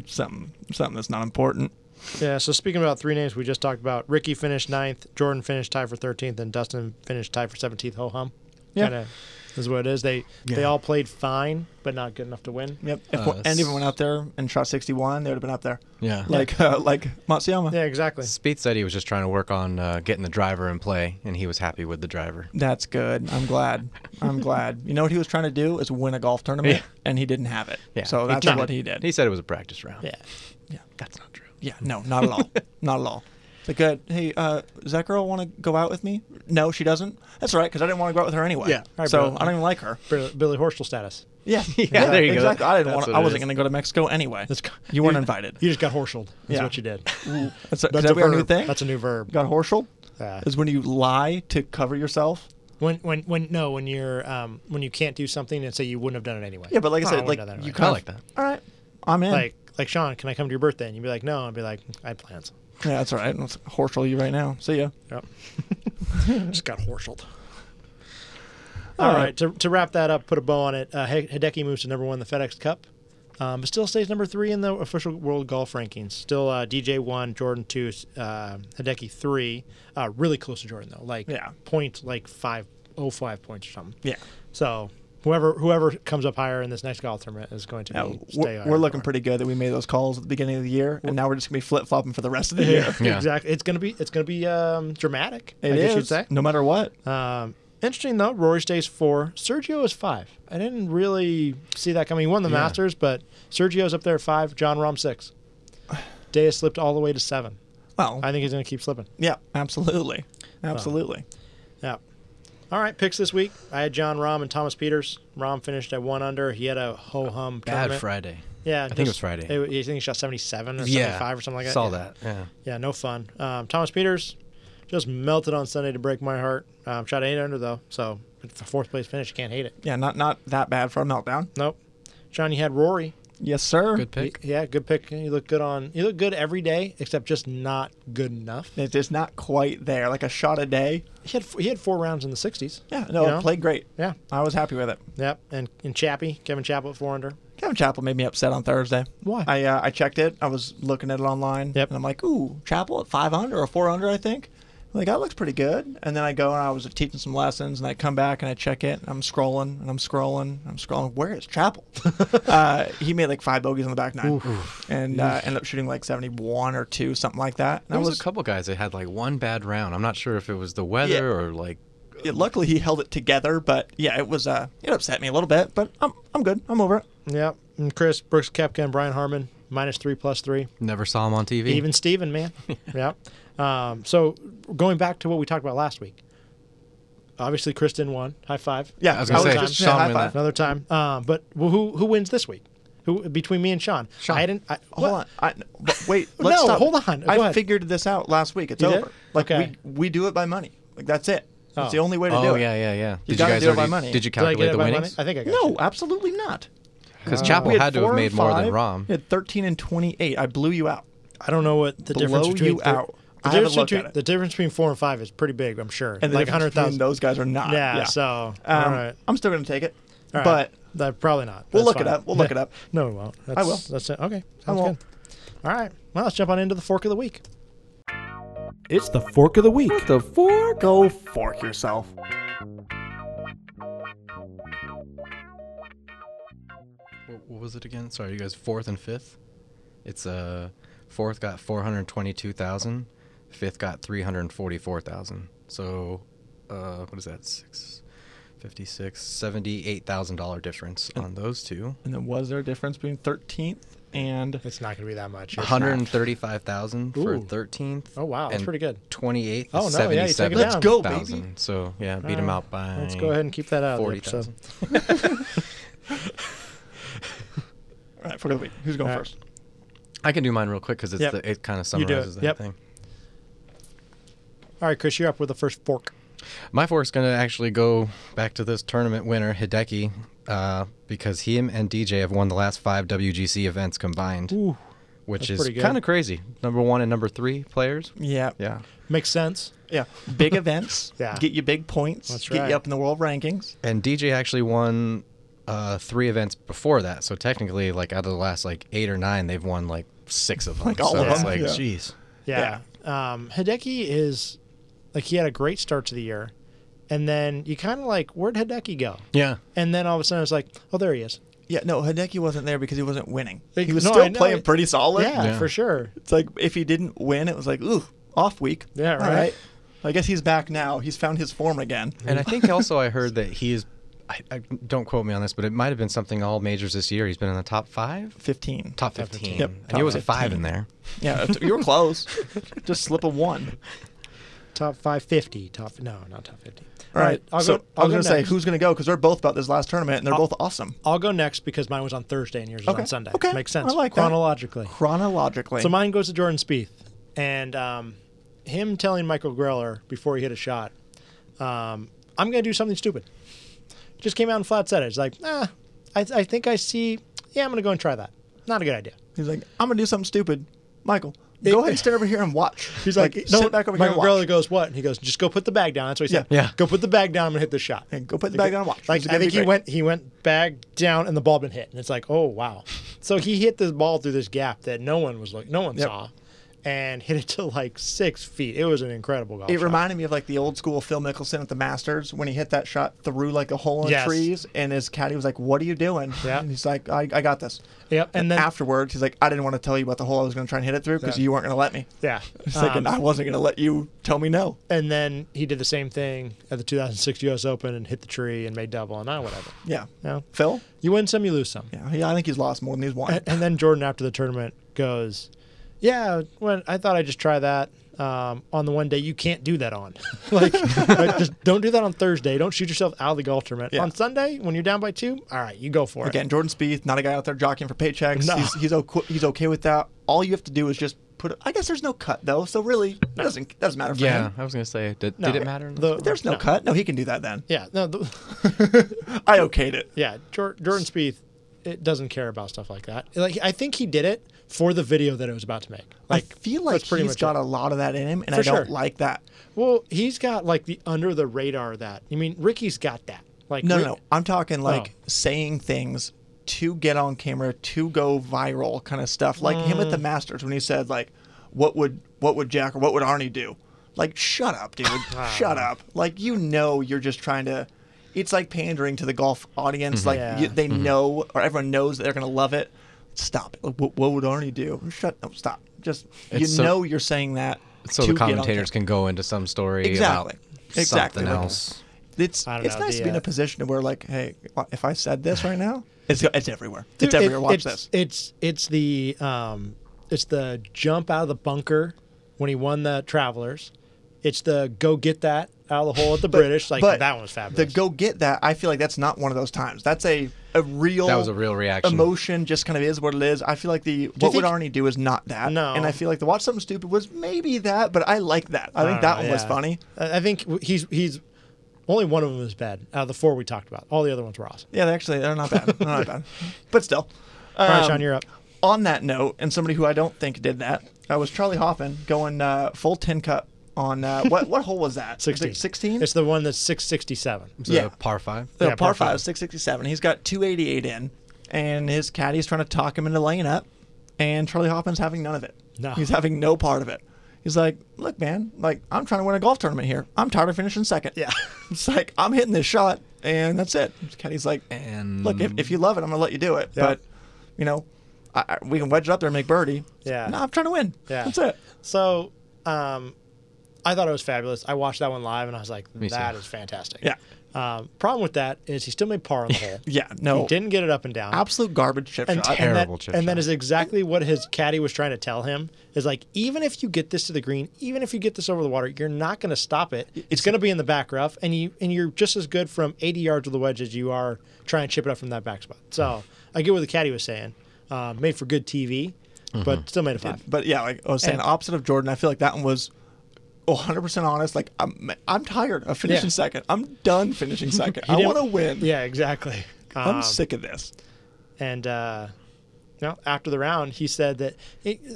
Something, something that's not important. Yeah, so speaking about three names we just talked about, Ricky finished ninth, Jordan finished tied for 13th, and Dustin finished tied for 17th. Ho hum. Yeah. Kinda is what it is. They they all played fine, but not good enough to win. Yep. If Uh, and even went out there and shot 61, they would have been up there. Yeah. Like uh, like Matsuyama. Yeah, exactly. Speed said he was just trying to work on uh, getting the driver in play, and he was happy with the driver. That's good. I'm glad. I'm glad. You know what he was trying to do is win a golf tournament, Yeah. and he didn't have it. Yeah. So He that's tried. what he did. He said it was a practice round. Yeah. That's not true. Yeah. No, not at all. not at all. It's like, good. Hey, uh, does that girl want to go out with me? No, she doesn't. That's all right, because I didn't want to go out with her anyway. Yeah. All right, so bro. I don't even like her. Billy, Billy Horschel status. Yeah. Yeah, there you go. exactly. I didn't That's want. what I it is. wasn't going to go to Mexico anyway. That's- you weren't invited. You just got Horscheled. That's Yeah. what you did. That's a, is that our new verb. thing. That's a new verb. Got Horschel? Yeah. Is when you lie to cover yourself. When when when no, when you're um when you can't do something and say you wouldn't have done it anyway. Yeah, but like I Oh, said, wouldn't like have done it you anyway. kind I of like that. All right, I'm in. like like Sean, can I come to your birthday? And you'd be like, no. I'd be like, I had plans. yeah, that's all right. I'll Horschel you right now. See ya. Yep. Just got horseled. All All right. right. To, to wrap that up, put a bow on it. Uh, Hi- Hideki moves to number one in the FedEx Cup, um, but still stays number three in the official world golf rankings. Still uh, DJ one, Jordan two, uh, Hideki three. Uh, really close to Jordan though, like Yeah. point like five oh five points or something. Yeah, So whoever whoever comes up higher in this next golf tournament is going to Yeah, be, stay we're, higher we're than looking Jordan. pretty good that we made those calls at the beginning of the year, and now we're just gonna be flip flopping for the rest of the year. Yeah. Exactly. It's gonna be it's gonna be um, dramatic. It I guess is, you'd say. no matter what. Um, interesting though, Rory stays four. Sergio is five. I didn't really see that coming. He won the Yeah. Masters, but Sergio's up there at five. John Rom six. Day has slipped all the way to seven. Well, I think he's going to keep slipping. yeah, absolutely, absolutely. Yeah. All right, picks this week. I had John Rom and Thomas Peters. Rom finished at one under. He had a ho hum Bad tournament. Friday. Yeah, I think it was Friday. I think he shot seventy seven or seventy five or something like that. Saw Yeah. that. Yeah. Yeah, no fun. Um, Thomas Peters just melted on Sunday to break my heart. Um, shot eight under though, so it's a fourth place finish. You can't hate it. Yeah, not not that bad for a meltdown. Nope. John, you had Rory. Yes, sir. Good pick. Yeah, good pick. You look good on. You look good every day, except just not good enough. It's just not quite there. Like a shot a day. He had he had four rounds in the 60s. Yeah, no, You know? played great. Yeah. I was happy with it. Yep. And and Chappie, Kevin Chappell at four under. Kevin Chappell made me upset on Thursday. Why? I uh, I checked it. I was looking at it online. Yep. And I'm like, ooh, Chappell at five under or four under, I think. like that looks pretty good. And then I go and I was teaching some lessons, and I come back and I check it, and I'm scrolling and I'm scrolling and I'm scrolling. Where is Chapel? uh, he made like five bogeys on the back nine, and uh, ended up shooting like 71 or two, something like that. And There I was, was a couple guys that had like one bad round. I'm not sure if it was the weather Yeah. or like. yeah, luckily he held it together, but yeah, it was uh, it upset me a little bit, but I'm I'm good. I'm over it. Yep. And Chris, Brooks Kepka, and Brian Harmon, minus three plus three. Never saw him on TV. Even Steven, man. yep. Um, so going back to what we talked about last week, obviously Kristen won. High five. Yeah, I was gonna say, just- Sean high Whelan. five. Another time. Um, but who who wins this week? Who between me and Sean? Sean. I didn't. I, Hold what? on. I, but wait. Let's No, stop. hold on. Go I ahead. figured this out last week. It's You did? over. Like Okay. we we do it by money. Like that's it. That's Oh. the only way to do oh it. yeah, yeah, yeah. You gotta do it by already- money. Did you Did I get calculate it the by winnings? money? I think I got No, you. absolutely not. Because Chapel Uh, We Uh, had to have four made and more than five. Rom. We had 13 and 28. I blew you out. I don't know what the Blow difference between you out. The I haven't difference, looked between, at it. the difference between four and five is pretty big, I'm sure. And the like difference hundred between thousand. Those guys are not. Yeah, so Um, all right. I'm still going to take it. All right. But That- probably not. We'll That's look it fine. up. We'll look it up. No, we won't. That's, will. That's it. Okay. Sounds won't. good. All right. Well, let's jump on into the fork of the week. It's the fork of the week. the four, go fork yourself. Wh- What was it again? Sorry, you guys. Fourth and fifth. It's uh, fourth got four hundred twenty-two thousand. Fifth got three hundred forty-four thousand. So, uh, what is that? Six, fifty-six, seventy-eight thousand dollar difference on those two. And then was there a difference between 13th and It's not going to be that much. One hundred thirty-five thousand for Ooh. thirteenth. Oh, wow, that's pretty good. Twenty-eighth. Oh, no, yeah, you take it down. seventy-seven. Let's go, baby. So yeah, beat him out by. Let's go ahead and keep that out. of the Forty episode. thousand. All right, fork of the week? Who's going All right. first? I can do mine real quick because it's Yep. the, it kind of You do it. summarizes that Yep. thing. All right, Chris, you're up with the first fork. My fork's going to actually go back to this tournament winner, Hideki, uh, because him and DJ have won the last five WGC events combined, Ooh, which that's is pretty good. kind of crazy. Number one and number three players. Yeah. Yeah. makes sense. Yeah. Big events. Yeah. Get you big points. That's get right. you up in the world rankings. And DJ actually won uh, three events before that. So technically, like out of the last like eight or nine, they've won like six of them. Like all so of it's them, like, yeah. jeez. Yeah. Um, Hideki is like he had a great start to the year, and then you kind of like, where'd Hideki go? Yeah. And then all of a sudden it's like, oh, there he is. Yeah, no, Hideki wasn't there because he wasn't winning. Like, He was no, I still know. playing pretty solid. yeah, Yeah. for sure. It's like if he didn't win, it was like, ooh, off week. Yeah, All right. I guess he's back now. He's found his form again. And I think also I heard that he is. I, I, don't quote me on this, but it might have been something all majors this year. He's been in the top five, 15. top fifteen. Yep, I knew top it was a five 15. in there. Yeah, t- you were close. Just slip a one. Top five fifty. Top no, not top fifty. All right. I'll so go, I was I'll going to say, next. who's going to go? Because they're both about this last tournament, and they're I'll- both awesome. I'll go next because mine was on Thursday and yours was Okay, on Sunday. okay, Makes sense. I like that. chronologically. Chronologically. So mine goes to Jordan Spieth, and um, him telling Michael Greller before he hit a shot, um, "I'm going to do something stupid." Just came out and flat said it. It's like, ah, I, I think I see. Yeah, I'm going to go and try that. Not a good idea. he's like, I'm going to do something stupid. Michael, go ahead and stand over here and watch. He's like, sit back over here and Michael watch. Greller goes, "What?" And he goes, "Just go put the bag down." That's what he said. Yeah. Yeah. Go put the bag down. I'm going to hit this shot. And go put the bag down and watch. This Like is I gonna be think he great. went he went back down and the ball been hit and it's like oh wow, so he hit this ball through this gap that no one was like no one Yep. saw, and hit it to like six feet. It was an incredible golf. It shot. reminded me of like the old school Phil Mickelson at the Masters when he hit that shot through like a hole in Yes. trees, and his caddy was like, "What are you doing?" Yeah. and he's like, "I, I got this." Yep, and then afterwards, he's like, "I didn't want to tell you about the hole I was going to try and hit it through because Yeah. you weren't going to let me." yeah, It's like, Um, and I wasn't going to let you tell me no. and then he did the same thing at the 2006 U.S. Open and hit the tree and made double and I whatever. Yeah, No, Phil. you win some, you lose some. Yeah, he, I think he's lost more than he's won. And then Jordan after the tournament goes, "Yeah, when I thought I'd just try that um, on the one day you can't do that on. like, like, just don't do that on Thursday. Don't shoot yourself out of the golf tournament. Yeah. On Sunday when you're down by two, all right, you go for Again, Jordan Spieth, not a guy out there jockeying for paychecks. No. He's he's okay, he's okay with that. All you have to do is just put. I guess there's no cut though, so really, it doesn't doesn't matter for Yeah, him. I was gonna say, did, No. did it matter? in it. this? The- There's no, cut. No, he can do that then. Yeah, no, the, I okayed it. yeah. Jor- Jordan Spieth, it doesn't care about stuff like that. Like I think he did it for the video that it was about to make. Like I feel like that's pretty he's much got it. a lot of that in him, and For I don't sure. like that. Well, he's got like the under the radar of that. I mean, Ricky's got that. Like Oh. No, Ri- no, I'm talking like saying things to get on camera, to go viral, Mm. kind of stuff. Like him at the Masters when he said like, "What would what would Jack or what would Arnie do?" Like, shut up, dude. shut up. Like, you know, you're just trying to. It's like pandering to the golf audience. Like, Mm-hmm. Yeah. you, Mm-hmm. they know, or everyone knows that they're going to love it. Stop it. Like, what, what would Arnie do? Shut up. Stop. Just, you It's so- know, you're saying that. So the to get on commentators can camera. go into some story Exactly. about Exactly. something Like, else. It's I don't it's know, nice the, to be in uh, a position where like, hey, if I said this right now, it's it's everywhere. It's Dude, it- everywhere. Watch it's, this. It's it's the um, it's the jump out of the bunker when he won the Travelers. It's the go get that out of the hole at the British. Like but that one was fabulous. The go get that. I feel like that's not one of those times. That's a a real. That was a real reaction. Emotion just kind of is what it is. I feel like the what would think- Arnie do is not that. No. And I feel like the watch something stupid was maybe that, but I like that. I, think don't that know, one was yeah. funny. I I think w- he's he's only one of them is bad out of the four we talked about. All the other ones were awesome. Yeah, they actually they're not bad. They're not bad. But still. All right, Um, Sean, you're up. On that note, and somebody who I don't think did that, uh, was Charlie Hoffman going uh, full tin cup on uh, what what hole was that? Sixteen. Sixteen. It's the one that's six sixty seven. It's a yeah. par five. the Yeah, par par five. five, is 667. He's got 288 in, and his caddy's trying to talk him into laying up, and Charlie Hoffman's having none of it. No. He's having no part of it. He's like, look, man, like I'm trying to win a golf tournament here. I'm tired of finishing second. Yeah. it's like I'm hitting this shot, and that's it. Caddy's like, And look, if, if you love it, I'm gonna let you do it. Yeah. But, you know, I, I, we can wedge it up there and make birdie. Yeah. No, I'm trying to win. Yeah. That's it. So, um, I thought it was fabulous. I watched that one live and I was like, that Me is too. fantastic. Yeah. Um, problem with that is he still made par on the hole. Yeah. No. He didn't get it up and down. Absolute garbage chip And, shot. and that, Terrible chip and that shot. is exactly what his caddy was trying to tell him. Is like, even if you get this to the green, even if you get this over the water, you're not going to stop it. It's going to be in the back rough, and you and you're just as good from 80 yards of the wedge as you are trying to chip it up from that back spot. So I get what the caddy was saying. Uh, made for good TV, Mm-hmm. but still made a five. But yeah, like I was saying, And- opposite of Jordan, I feel like that one was 100% honest. Like, I'm, I'm tired of finishing Yeah. second. I'm done finishing second. I didn't- want to win. Yeah, exactly. I'm Um, sick of this. And uh, you know, after the round, he said that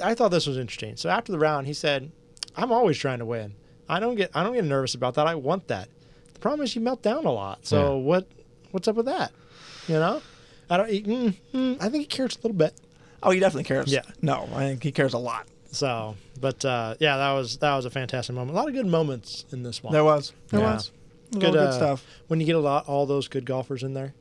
I thought this was interesting. So after the round, he said, "I'm always trying to win. I don't get I don't get nervous about that. I want that. The problem is you melt down a lot. So Yeah. what what's up with that? You know, I don't. Mm, mm, I think he cares a little bit. Oh, he definitely cares. Yeah. No, I think he cares a lot. So, but uh, yeah, that was that was a fantastic moment. A lot of good moments in this one. There was. There Yeah. was. Good, good uh, stuff. When you get a lot all those good golfers in there.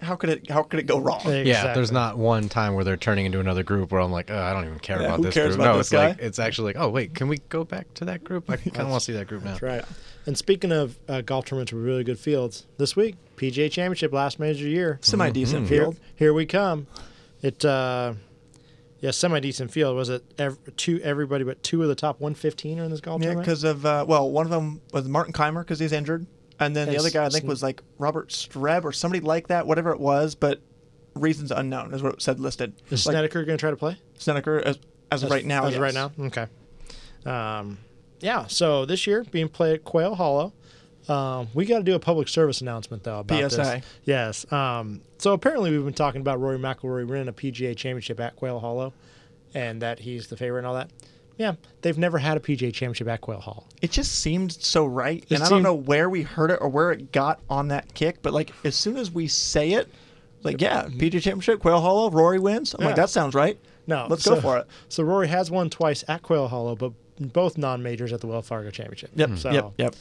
How could it? How could it go wrong? yeah, there's not one time where they're turning into another group where I'm like, oh, I don't even care Yeah, about who this cares group. about no, this it's like guy? it's actually like, oh wait, can we go back to that group? I kind of want to see that group now. That's right. And speaking of uh, golf tournaments with really good fields, this week PGA Championship, last major year, Semi decent here, field. here we come. It, uh, yeah, semi decent field. Was it ev- two? Everybody but two of the top 115 are in this golf Yeah, tournament. because of uh, well, one of them was Martin Keimer because he's injured, and then the Thanks. other guy I think was like Robert Streb or somebody like that, whatever it was, but reasons unknown is what it said listed. is Like, Snedeker going to try to play? Snedeker as, as of right now. As of right yes. now, okay. Um, yeah. So this year being played at Quail Hollow. Um, we got to do a public service announcement though about PSA. this. Yes. Um, so apparently we've been talking about Rory McIlroy winning a PGA Championship at Quail Hollow, and that he's the favorite and all that. Yeah, they've never had a PGA Championship at Quail Hollow. it just seemed so right. It and I don't seemed- know where we heard it or where it got on that kick, but like as soon as we say it, like yeah, PJ Championship, Quail Hollow, Rory wins. I'm like Yeah. that sounds right. No, let's so- go for it. So Rory has won twice at Quail Hollow, but both non-majors at the Wells Fargo Championship. Yep, So, yep, yep.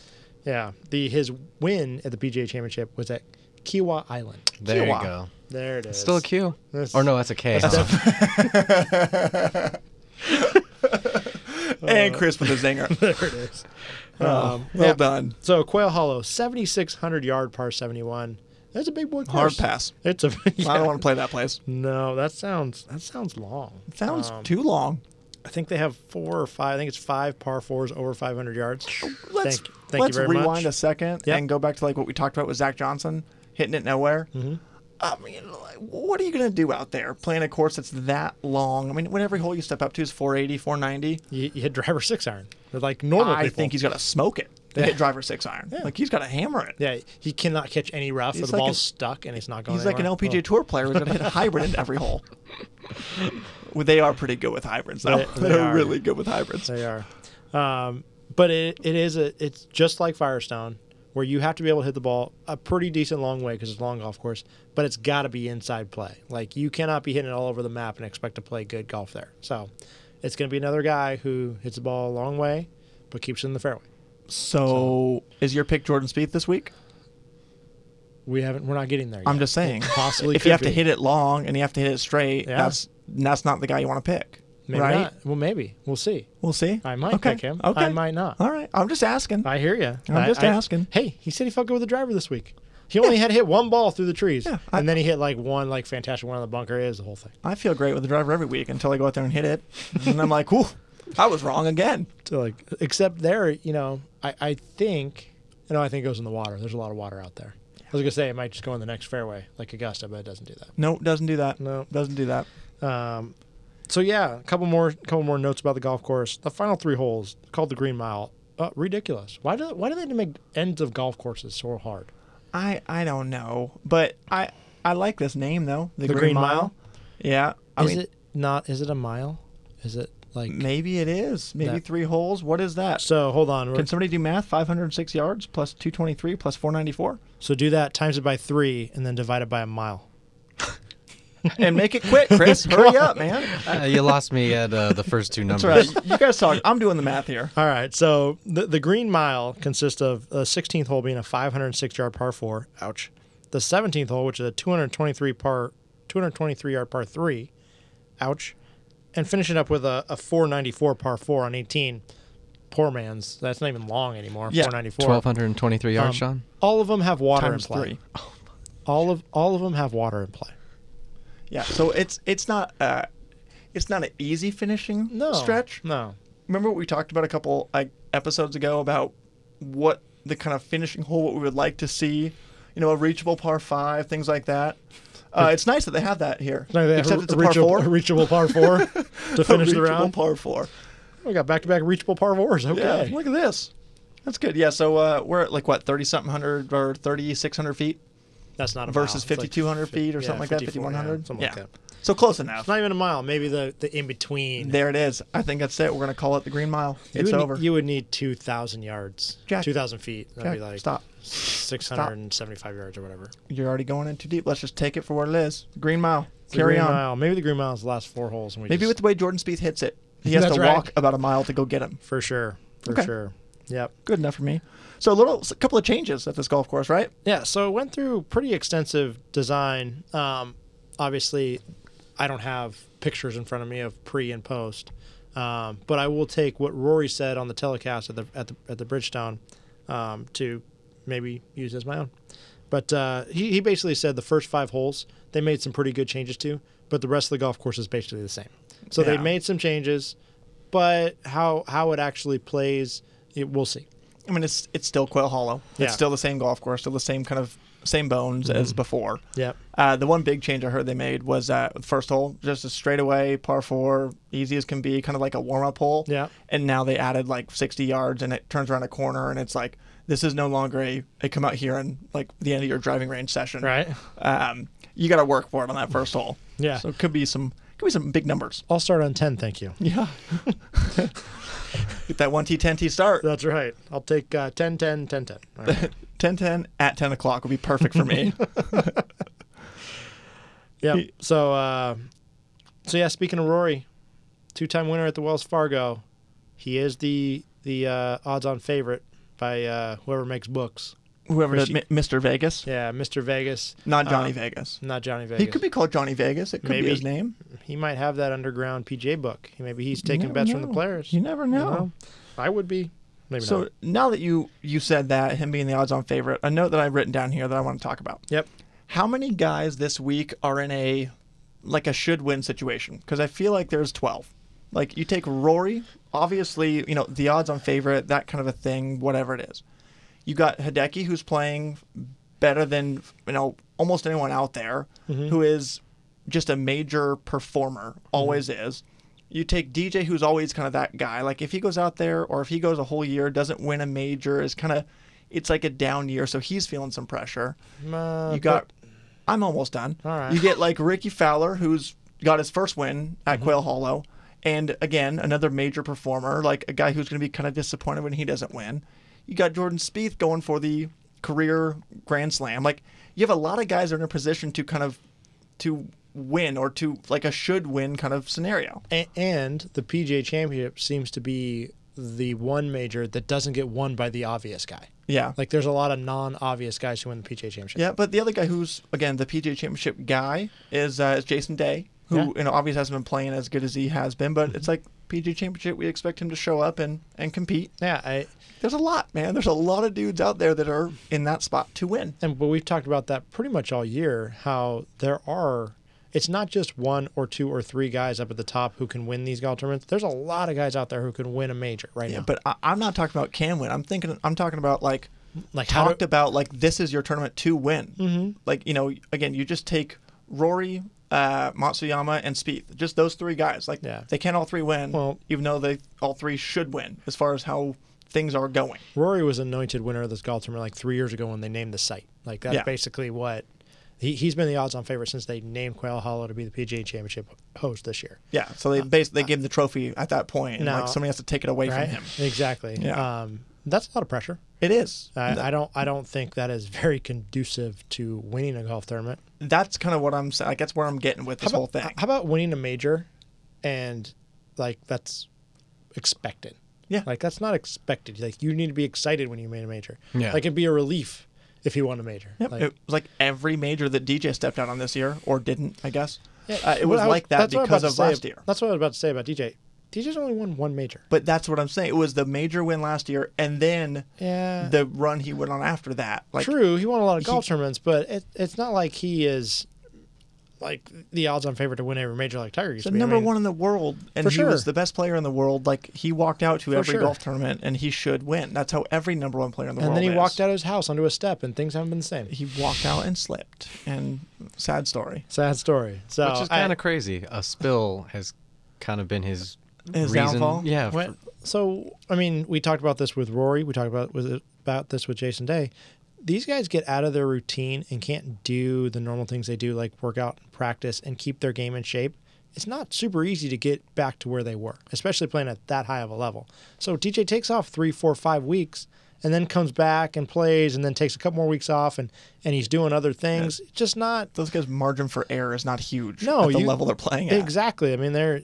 Yeah, the his win at the PGA Championship was at Kiwa Island. There Kiwa. you go. There it is. Still a Q. That's- Or no, that's a K. huh? and Chris with a zinger. There it is. um, well yeah. done. So Quail Hollow, seventy six hundred yard par seventy one. That's a big boy Hard course. pass. It's a. I don't want to play that place. No, that sounds that sounds long. Sounds Um, too long. I think they have four or five. I think it's five par fours over five hundred yards. Let's thank, thank let's you very rewind much. a second Yep. and go back to like what we talked about with Zach Johnson hitting it nowhere. Mm-hmm. I mean, like, what are you gonna do out there playing a course that's that long? I mean, when every hole you step up to is 480, 490. You, you hit driver six iron. They're like normal I people. think he's got to smoke it. They hit driver six iron. Like he's got to hammer it. Yeah, Oh, he cannot catch any rough. or He's the like ball's a- stuck and it's not going. He's like an anywhere. LPGA tour player who's got to hit a hybrid into every hole. Well, they are pretty good with hybrids, though. They- they They, are are. really good with hybrids. They are. Um, but it, it is a, it's just like Firestone, where you have to be able to hit the ball a pretty decent long way because it's a long golf course, but it's got to be inside play. Like you cannot be hitting it all over the map and expect to play good golf there. So it's going to be another guy who hits the ball a long way, but keeps it in the fairway. So, is your pick Jordan Spieth this week? We haven't. We're not getting there. Yet. I'm just saying. It possibly. if could you have to be. hit it long and you have to hit it straight, Yeah. that's that's not the guy you want to pick, maybe right? not. Well, maybe we'll see. We'll see. I might okay. pick him. Okay. I might not. All right. I'm just asking. I hear you. I'm just asking. Hey, he said he felt good with the driver this week. He only had hit one ball through the trees, Yeah, I- and then he hit like one like fantastic one on the bunker. It was the whole thing. I feel great with the driver every week until I go out there and hit it, and I'm like, "Whew, I was wrong again." So like, except there, you know, I I think, you know, I think it goes in the water. There's a lot of water out there. I was gonna say it might just go in the next fairway, like Augusta, but it doesn't do that. No, doesn't do that. No. doesn't do that. Um, so yeah, a couple more, couple more notes about the golf course. The final three holes called the Green Mile. Uh, ridiculous. Why do why do they make ends of golf courses so hard? I I don't know, but I I like this name though. The, Green Mile? Yeah. I is mean, it not? Is it a mile? Is it like? Maybe it is. Maybe That- three holes. What is that? So hold on. We're- Can somebody do math? 506 yards plus 223 plus 494, So do that times it by three, and then divide it by a mile. and make it quick, Chris. Hurry up, man. Uh, you lost me at uh, the first two numbers. That's right. You guys talk. I'm doing the math here. All right. So the, the green mile consists of the 16th hole being a 506 yard par four. Ouch. The 17th hole, which is a 223 par 223 yard par three. Ouch. And finishing up with a, a 494 par four on 18. Poor man's. That's not even long anymore. Yeah. 494. 1,223 yards, Um, Sean. All of them have water in Times play. three. All of all of them have water in play. Yeah. So it's it's not uh, it's not an easy finishing No stretch. No. Remember what we talked about a couple like episodes ago about what the kind of finishing hole what we would like to see, you know, a reachable par five, things like that. Uh, it's nice that they have that here. No, they have Except a- it's a a reachable, par four. a reachable par four to A finish the reachable round. par four. we got back to back reachable par fours. Okay. Yeah, look at this. That's good. Yeah, so uh, we're at like what thirty something hundred or thirty six hundred feet That's not a versus mile. It's fifty like two hundred fif- feet or yeah, something like that, 54, fifty one yeah, hundred. something like that. So close enough. It's not even a mile. Maybe the, the in between. There it is. I think that's it. We're gonna call it the Green Mile. you it's would, ne- over. You would need two thousand yards. Jack. two thousand feet. That'd Jack, be like stop. six hundred and seventy-five yards or whatever. You're already going in too deep. Let's just take it for what it is. Green Mile. The Carry Green on. Mile. Maybe the green mile is the last four holes. And we Maybe just, with the way Jordan Spieth hits it, he has That's to right. walk about a mile to go get him. for sure, for Okay. sure. Yep. Good enough for me. So a little, a couple of changes at this golf course, right? Yeah, so it went through pretty extensive design. Um, obviously, I don't have pictures in front of me of pre and post, um, but I will take what Rory said on the telecast at the at the at the Bridgestone um, to maybe use as my own. But uh, he he basically said the first five holes they made some pretty good changes to, but the rest of the golf course is basically the same. So they Yeah. made some changes, but how how it actually plays, it, we'll see. I mean, it's it's still Quail Hollow. Yeah. Mm-hmm. It's still the same golf course, still the same kind of same bones as before. Yep. Uh, the one big change I heard they made was uh, first hole, just a straightaway par four, easy as can be, kind of like a warm up hole. Yeah. And now they added like 60 yards, and it turns around a corner, and it's like this is no longer a, a come out here and like the end of your driving range session. Right. Um, you got to work for it on that first hole. Yeah. So it could be some could be some big numbers. I'll start on ten. Thank you. Yeah. Get that one t ten t start. That's right. I'll take uh, 10 10 10 10. All right. 10-10 at 10 o'clock would be perfect for me. yeah. So uh, so yeah, speaking of Rory, two-time winner at the Wells Fargo, he is the the uh, odds-on favorite by uh, whoever makes books. Whoever does Rishi- Mi- Mr. Vegas, Yeah, Mr. Vegas, not Johnny Uh, Vegas. not Johnny Vegas. He could be called Johnny Vegas. It could Maybe. be his name. He might have that underground PGA book. Maybe he's taking never bets from the know. players. You never know. know? I would be. Maybe So not. now that you you said that him being the odds-on favorite, a note that I've written down here that I want to talk about. Yep. How many guys this week are in a like a should-win situation? Because I feel like there's 12. Like you take Rory, obviously, you know the odds-on favorite, that kind of a thing, whatever it is. You got Hideki, who's playing better than you know almost anyone out there, Mm-hmm. who is just a major performer, always is. You take DJ, who's always kind of that guy. Like if he goes out there, or if he goes a whole year, doesn't win a major, is kind of, it's like a down year, so he's feeling some pressure. Uh, You got, I'm almost done. All right. You get like Ricky Fowler, who's got his first win Mm-hmm. at Quail Hollow, and again another major performer, like a guy who's going to be kind of disappointed when he doesn't win. You got Jordan Spieth going for the career Grand Slam. Like you have a lot of guys that are in a position to kind of to win or to like a should win kind of scenario. A- and the PGA Championship seems to be the one major that doesn't get won by the obvious guy. Yeah. Like there's a lot of non-obvious guys who win the PGA Championship. Yeah, but the other guy who's again the PGA Championship guy is uh, is Jason Day, who Yeah. you know obviously hasn't been playing as good as he has been, but it's like PGA Championship, we expect him to show up and and compete. Yeah, I There's a lot, man. There's a lot of dudes out there that are in that spot to win. and but we've talked about that pretty much all year. How there are, it's not just one or two or three guys up at the top who can win these golf tournaments. There's a lot of guys out there who can win a major right Yeah, now. but I, I'm not talking about can win. I'm thinking I'm talking about like like how talked do, Mm-hmm. about like this is your tournament to win. Like you know, again, you just take Rory, uh, Matsuyama, and Spieth, just those three guys. Like Yeah. they can all three win, Well- even though they all three should win as far as how things are going. Rory was anointed winner of this golf tournament like three years ago when they named the site. Like that's Yeah. basically what he, he's been the odds-on favorite since they named Quail Hollow to be the PGA Championship host this year. Yeah, so they bas they give him the trophy at that point, and Uh, No. like somebody has to take it away Right? from him. Exactly. Yeah. Um, that's a lot of pressure. It is. I, I don't. I don't think that is very conducive to winning a golf tournament. That's kind of what I'm saying. Like that's where I'm getting with this how whole about, uh, thing. How about winning a major, and like that's expected. Yeah. Like that's not expected. Like you need to be excited when you made a major. Yeah. Like it'd be a relief if he won a major. Yep. Like, it was like every major that DJ stepped out on this year, or didn't, I guess. Yeah, Uh, it what was I like that that's what I was because about of to say- last year. That's what I was about to say about DJ. DJ's only won one major. But that's what I'm saying. It was the major win last year, and then Yeah. the run he went on after that. Like, True, he won a lot of he- golf tournaments, but it, it's not like he is like the odds on favorite to win every major like Tiger used the to be. I number mean, one in the world, and For he sure. was the best player in the world. Like, he walked out to For every sure. golf tournament, and he should win. That's how every number one player in the And world. then he is. walked out of his house onto a step, and things haven't been the same. He walked out and slipped, and sad story. Sad story. So Which is Oh, I- kind of crazy. A spill has kind of been his, His reason. downfall? Yeah. What- for- so I mean, we talked about this with Rory. We talked about with about this with Jason Day. These guys get out of their routine and can't do the normal things they do, like work out and practice and keep their game in shape. It's not super easy to get back to where they were, especially playing at that high of a level. So DJ takes off three, four, five weeks, and then comes back and plays, and then takes a couple more weeks off, and and he's doing other things. Just not Those guys' margin for error is not huge No, at the you- level they're playing at. Exactly. I mean, they're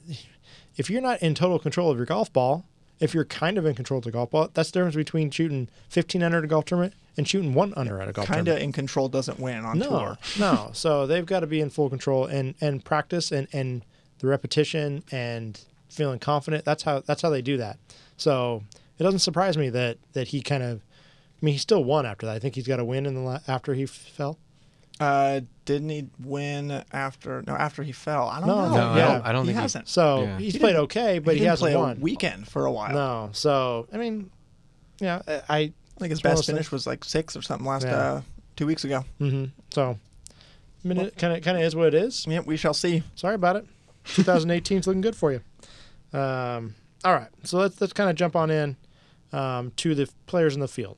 if you're not in total control of your golf ball, if you're kind of in control of the golf ball, that's the difference between shooting 15 under at a golf tournament and shooting one under at a golf Kind of tournament. in control doesn't win on No, tour. no. So they've got to be in full control and and practice and and the repetition and feeling confident. That's how that's how they do that. So it doesn't surprise me that that he kind of. I mean, he still won after that. I think he's got a win in the la- after he f- fell. Uh, didn't he win after? No, after he fell. I don't No, know. no, I don't- I don't he think he- hasn't. So Yeah. he's He played didn't- okay, but he, didn't hasn't play won. a weekend for a while. No. So I mean, yeah, I- I. I think his It's one of best those finish things- was like six or something last Yeah. uh, two weeks ago. hmm So, I mean, it kind of kind of is what it is. Yeah, we shall see. Sorry about it. 2018's looking good for you. Um, all right, so let's let's kind of jump on in um, to the players in the field.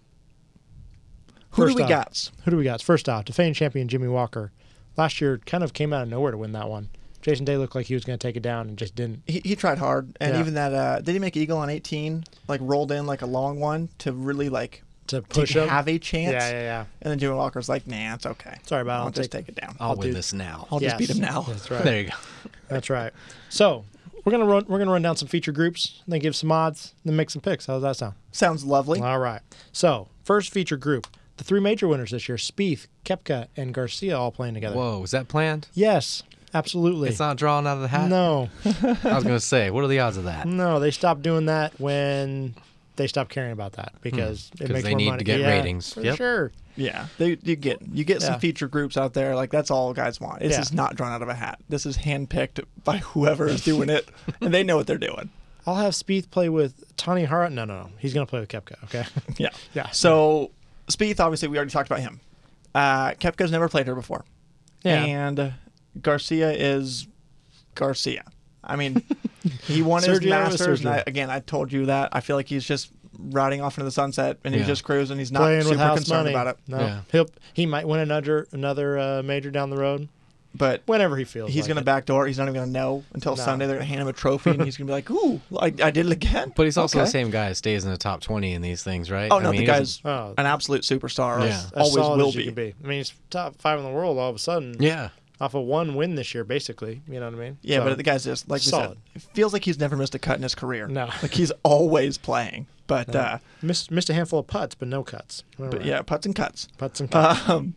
Who First do we off- got? Who do we got? First off, defending champion Jimmy Walker. Last year, kind of came out of nowhere to win that one. Jason Day looked like he was going to take it down and just didn't. He, he tried hard, and Yeah. even that uh, did he make eagle on eighteen? Like rolled in like a long one to really like To to push him? have a chance. Yeah, yeah, yeah. And then Jimmy Walker's like, nah, it's okay. Sorry about it. I'll, I'll just take- take it down. I'll, I'll win do- this now. I'll Yes. just beat him now. That's right. There you go. That's right. So we're gonna run we're gonna run down some feature groups, then give some odds, then make some picks. How does that sound? Sounds lovely. All right. So first feature group, the three major winners this year: Spieth, Kepka, and Garcia, all playing together. Whoa, was that planned? Yes, absolutely. It's not drawn out of the hat. no, Mm. I was gonna say, what are the odds of that? no, they stopped doing that when they stopped caring about that because it Hmm. 'Cause makes they more need to money. get Yeah, ratings. For Yep. sure. Yeah, they, you get you get Yeah. some feature groups out there. Like that's all guys want. This Yeah. is not drawn out of a hat. This is handpicked by whoever is doing it, and they know what they're doing. I'll have Spieth play with Tony Hart. No, no, no. He's gonna play with Kepka. Okay. Yeah. Yeah. So Spieth, obviously, we already talked about him. Uh, Kepka's never played her before. Yeah. And Garcia is Garcia. I mean, he won his Sergio is Masters. And I, Sergio. again, I told you that. I feel like he's just riding off into the sunset and he's Yeah. just cruising. He's not Playing with super house concerned money. about it. No, Yeah. he'll he might win another another uh, major down the road But whenever he feels. he's like going to it. backdoor. He's not even going to know until No. Sunday. They're going to hand him a trophy and he's going to be like, ooh, I, I did it again. But he's also Okay. the same guy. that Stays in the top twenty in these things, right? Oh, I no, mean, the he guy's doesn't- Oh, an absolute superstar. Yeah. as Always solid will as you be. can be. I mean, he's top five in the world all of a sudden. Yeah. off of one win this year, basically. You know what I mean? Yeah, So- but the guy's just like we solid. said, it feels like he's never missed a cut in his career. No. like he's always playing. But uh, missed, missed a handful of putts, but no cuts. Remember but that. yeah, putts and cuts. putts and cuts. Um,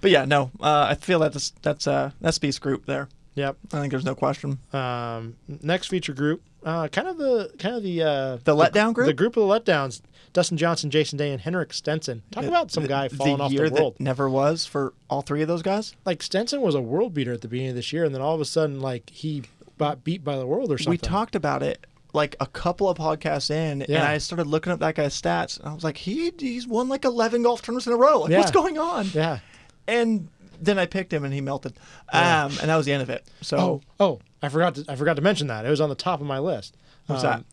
but yeah, no, uh, I feel that's that's uh, that's Beast group there. yep. I think there's no question. Um, next feature group, uh, kind of the kind of the uh, The letdown group? the group of the letdowns: Dustin Johnson, Jason Day, and Henrik Stenson. Talk about some guy falling off year the world. That never was for all three of those guys. like Stenson was a world beater at the beginning of this year, and then all of a sudden, like he got beat by the world or something. We talked about it like a couple of podcasts in, and Yeah. I started looking up that guy's stats, and I was like, he he's won like 11 golf tournaments in a row. Like, Yeah. what's going on? Yeah. And then I picked him, and he melted. Yeah. Um, and that was the end of it. So Oh, oh, I forgot to I forgot to mention that. It was on the top of my list. Um, What's that?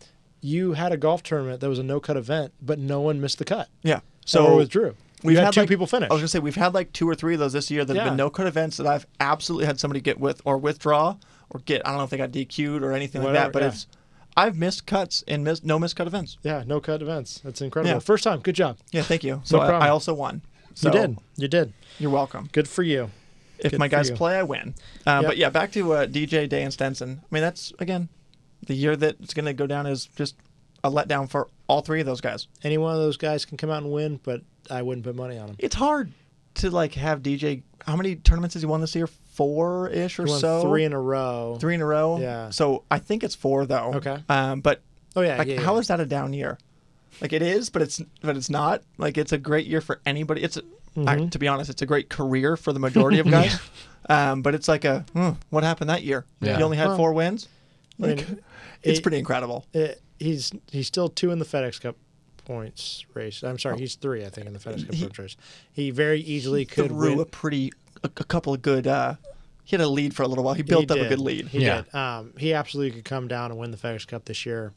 You had a golf tournament that was a no cut event, but no one missed the cut. yeah, So so or withdrew. We had, two like- people finish. I was gonna say we've had like two or three of those this year. There've Yeah. been no cut events that I've absolutely had somebody get with or withdraw or get. I don't know if they got DQ'd or anything like Whatever, that. But yeah. it's I've missed cuts and missed no missed cut events. yeah, no cut events. That's incredible. Yeah. First time. Good job. Yeah, thank you. So problem. I, I also won. So you did. You did. You're welcome. Good for you. If Good my for guys you. play, I win. Um, Yep. But yeah, back to uh, DJ Day and Stenson. I mean, that's again the year that it's gonna go down as just a letdown for all three of those guys. Any one of those guys can come out and win, but I wouldn't put money on him. It's hard to like have DJ. How many tournaments has he won this year? Four ish or He won so. three in a row. Three in a row. Yeah. So I think it's four though. Okay. Um, but Oh yeah, like, yeah, how yeah. is that a down year? Like it is, but it's but it's not. Like it's a great year for anybody. It's a, Mm-hmm. I, to be honest, it's a great career for the majority of guys. um, but it's like a hmm, what happened that year? Yeah. You only had Well, four wins. I mean, Like, it's it- pretty incredible. it- he's he's still two in the FedEx Cup points race. I'm Oh. sorry, he's three, I think, in the FedEx Cup points race. He very easily could Threw win. a pretty a, a couple of good. Uh, he had a lead for a little while. He He built up a did. good lead. He Yeah. did. Um, he absolutely could come down and win the FedEx Cup this year.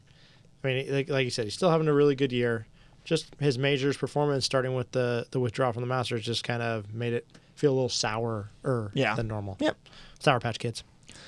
I mean, like, like you said, he's still having a really good year. Just his majors performance, starting with the the withdrawal from the Masters, just kind of made it feel a little sourer Yeah. than normal. Yep. Sour Patch Kids.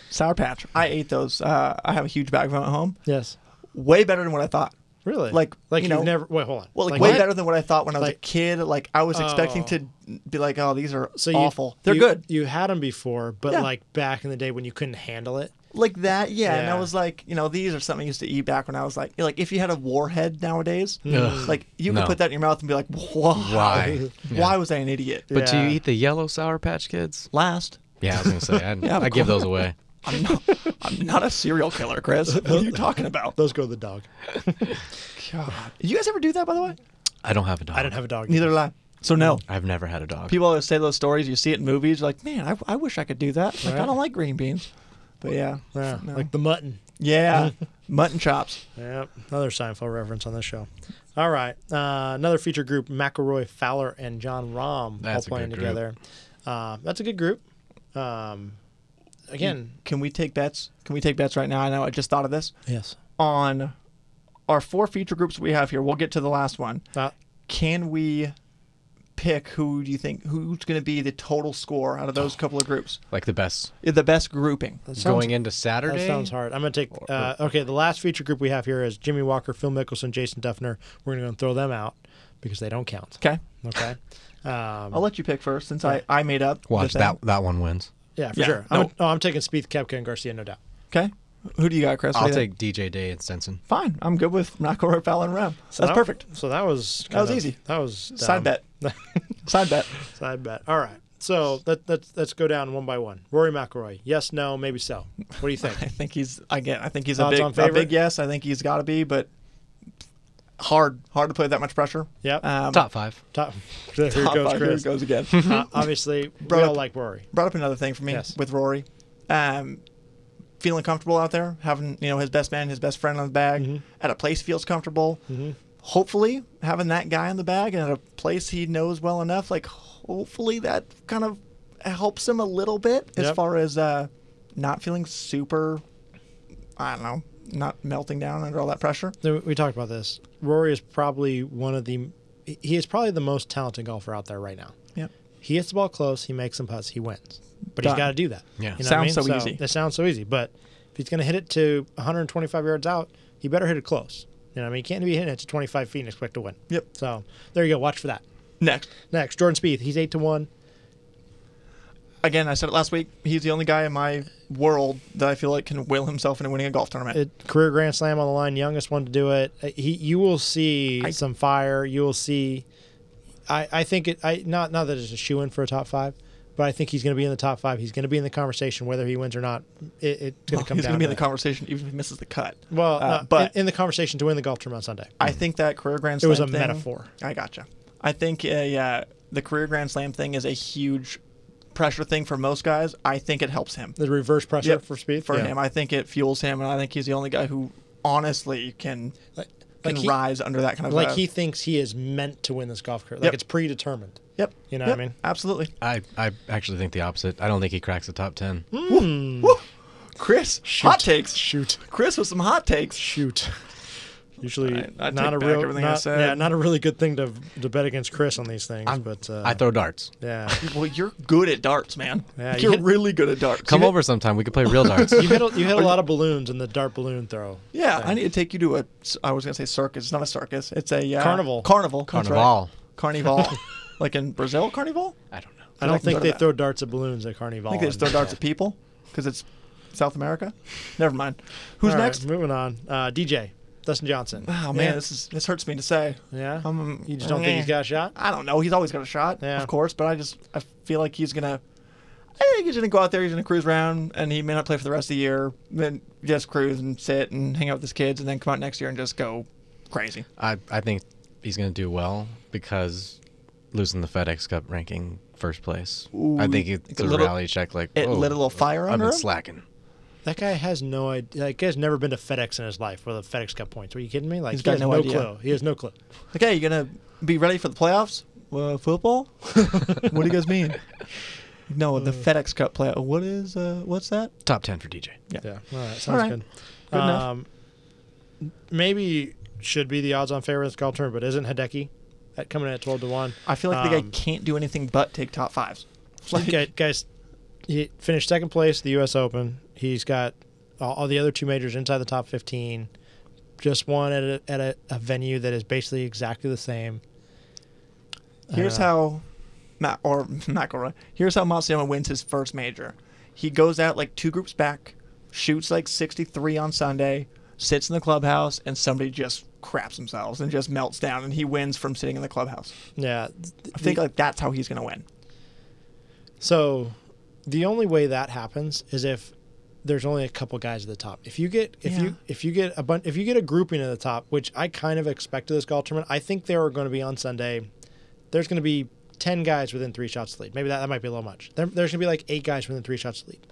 Sour Patch. I ate those. Uh, I have a huge bag of them at home. Yes. Way better than what I thought. Really? Like, like you you've know- never. Wait, hold on. Well, like, Like, way what? better than what I thought when I was Like- a kid. Like I was expecting Oh. to be like, oh, these are So you- awful. They're you- good. You had them before, but Yeah. like back in the day when you couldn't handle it. Like that, yeah. And I Yeah. was like, you know, these are something I used to eat back when I was like, like if you had a warhead nowadays, Hmm. Ugh. like you could No. put that in your mouth and be like, why? Why? Why was I an idiot? Yeah. But do you eat the yellow Sour Patch Kids? Last, Yeah, I was gonna say I, Yeah, of I give course. those away. I'm not, I'm not a serial killer, Chris. What are you talking about? Those go to the dog. God. Did you guys ever do that, by the way? I don't have a dog. I don't have a dog. Neither did I. So no. I've never had a dog. People always say those stories. You see it in movies. You're like, man, I, I wish I could do that. Like, I Right. don't like green beans. But yeah, Yeah, No. like the mutton. yeah, mutton chops. Yeah, another Seinfeld reference on this show. All right, uh, another feature group: McElroy, Fowler, and John Rahm That's a all playing good group. together. Uh, that's a good group. Um, again, Can we take bets? Can we take bets right now? I know I just thought of this. yes. On our four feature groups we have here, we'll get to the last one. Uh, Can we pick who do you think who's going to be the total score out of Oh. those couple of groups? like the best The best grouping. that sounds, going into Saturday. That sounds hard. I'm gonna take. Uh, okay, the last feature group we have here is Jimmy Walker, Phil Mickelson, Jason Duffner. We're gonna go and throw them out because they don't count. Okay, Okay. Um, I'll let you pick first since I, I made up. the Watch thing. that. That one wins. yeah, for yeah, sure. no. I'm, oh, I'm taking Spieth, Kepka, and Garcia, no doubt. Okay, who do you got, Chris? What I'll do you think? take DJ Day and Stenson. Fine, I'm good with McElroy, Fowler, and Ram. So That's that- perfect. So that was That was kind of- easy. That was dumb. Side bet. Side bet. Side bet. All right. So let, let, let's go down one by one. Rory McIlroy. Yes, no, maybe so. What do you think? I think he's again. I think he's a Odds big, on a big favorite? yes. I think he's got to be, but hard, hard to play that much pressure. Yep. Um, Top five. Top. Here top goes five. Here Chris. it goes again. Uh, obviously, we Brought all up- like Rory. Brought up another thing for me Yes. with Rory, um, feeling comfortable out there, having you know his best man, his best friend on the bag, Mm-hmm. at a place feels comfortable. Hopefully, having that guy in the bag and at a place he knows well enough, like hopefully that kind of helps him a little bit as Yep. far as uh, not feeling super. I don't know, not melting down under all that pressure. So We talked about this. Rory is probably one of the. He is probably the most talented golfer out there right now. Yep. He hits the ball close. He makes some putts. He wins. But Done. he's got to do that. Yeah. You know Sounds what I mean? so easy. It sounds so easy. But if he's going to hit it to 125 yards out, he better hit it close. You know what I mean? He can't be hitting it to 25 feet and expect to win. Yep. So there you go. Watch for that. Next. Next, Jordan Spieth. He's eight to one. again, I said it last week. He's the only guy in my world that I feel like can will himself into winning a golf tournament. it, career grand slam on the line, youngest one to do it. Uh, He, you will see I- some fire. You will see. I, I think it. I not not that it's a shoe in for a top five, but I think he's going to be in the top five. He's going to be in the conversation whether he wins or not. It, it's going Well, to come down. he's going to be to in the that. conversation even if he misses the cut. well, Uh, not- but in, in the conversation to win the golf tournament on Sunday. I think that career grand It slam was a thing- metaphor. I gotcha. I think uh, yeah, the career grand slam thing is a huge pressure thing for most guys. I think it helps him. The reverse pressure Yep, for speed for Yeah. him. I think it fuels him, and I think he's the only guy who honestly can Like- can like he- rise under that kind of like uh, he thinks he is meant to win this golf career. Like Yep. it's predetermined. Yep. You know what I Yep. mean? Absolutely. I, I actually think the opposite. I don't think he cracks the top 10. Hmm? Woo! Chris, hot takes. Hmm. Shoot. Chris with some hot takes. Shoot. Usually right, I not take a back real, everything I not, said. yeah, not a really good thing to to bet against Chris on these things. but uh, I throw darts. yeah, Well, you're good at darts, man. Yeah, you you're hit- really good at darts. Come over sometime. We could play real darts. you hit a, you hit a lot of balloons in the dart balloon throw. Yeah, I need to take you to a. I was gonna say circus. It's not a circus. It's a uh, Carnival. Carnival. that's Carnival. Right. Carnival. like in Brazil, carnival. I don't know. I I don't can go think to they that. throw darts at balloons at Carnival. I think they just throw darts at people because it's South America. Never mind. Who's next? moving on. Uh, DJ Dustin Johnson. Oh man, this is this hurts me to say. yeah. Um, you just don't think he's got a shot? I don't know. He's always got a shot, Yeah. of course, but I just I feel like he's gonna. eh, I think he's gonna go out there. He's gonna cruise around, and he may not play for the rest of the year. Then just cruise and sit and hang out with his kids, and then come out next year and just go crazy. I, I think he's going to do well because losing the FedEx Cup ranking first place. I think like it's a, a little- rally check. Like, it "Whoa, lit a little fire I've under been him?" slacking. That guy has no idea. That guy's never been to FedEx in his life with a FedEx Cup points. Are you kidding me? Like He's he got has no no, idea. clue. He has no clue. Okay, you gonna be ready for the playoffs? Uh, football? what do you guys mean? No, Uh, the FedEx Cup playoff. What is? Uh, what's that? Top 10 for DJ. Yeah. All right. Sounds All right. good. Um, Good enough. Maybe should be the odds on favorite in this golf tournament, but isn't Hideki at coming in at twelve to one? I feel like the guy Um, can't do anything but take top fives. Like, guy, guys, he finished second place at the U.S. Open. He's got all, all the other two majors inside the top fifteen. Just one at a, at a, a venue that is basically exactly the same. Here's Uh, how Matt or McElroy. Here's how Matsuyama wins his first major. He goes out like two groups back, shoots like 63 on Sunday, sits in the clubhouse, and somebody just craps themselves and just melts down, and he wins from sitting in the clubhouse. Yeah, I think like that's how he's gonna win. So the only way that happens is if there's only a couple guys at the top. If you get if Yeah. you if you get a bun- if you get a grouping at the top, which I kind of expect to this golf tournament, I think there are going to be on Sunday. There's going to be ten guys within three shots of the lead. Maybe that, that might be a little much. There, there's going to be like eight guys within three shots of the lead.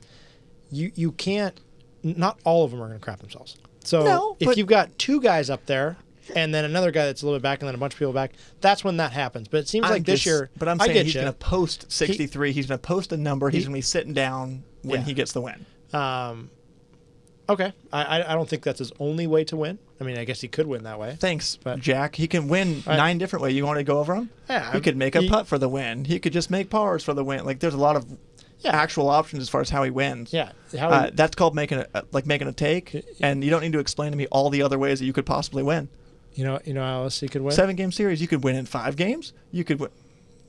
You you can't. Not all of them are going to crap themselves. So No, if but- you've got two guys up there. And then another guy that's a little bit back, and then a bunch of people back. That's when that happens. But it seems I'm like this just- year, But I'm I saying get he's ya. going to post 63. he's going to post a number. He's going to be sitting down when Yeah. he gets the win. Um, okay, I, I I don't think that's his only way to win. I mean, I guess he could win that way. Thanks, But- Jack. He can win All right. nine different ways. You want to go over him? Yeah, He I'm- could make a he- putt for the win. He could just make pars for the win. Like there's a lot of Yeah. actual options as far as how he wins. Yeah, how Uh, that's called making a like making a take, and you don't need to explain to me all the other ways that you could possibly win. you know you know how else he could win Seven game series, you could win in five games. You could win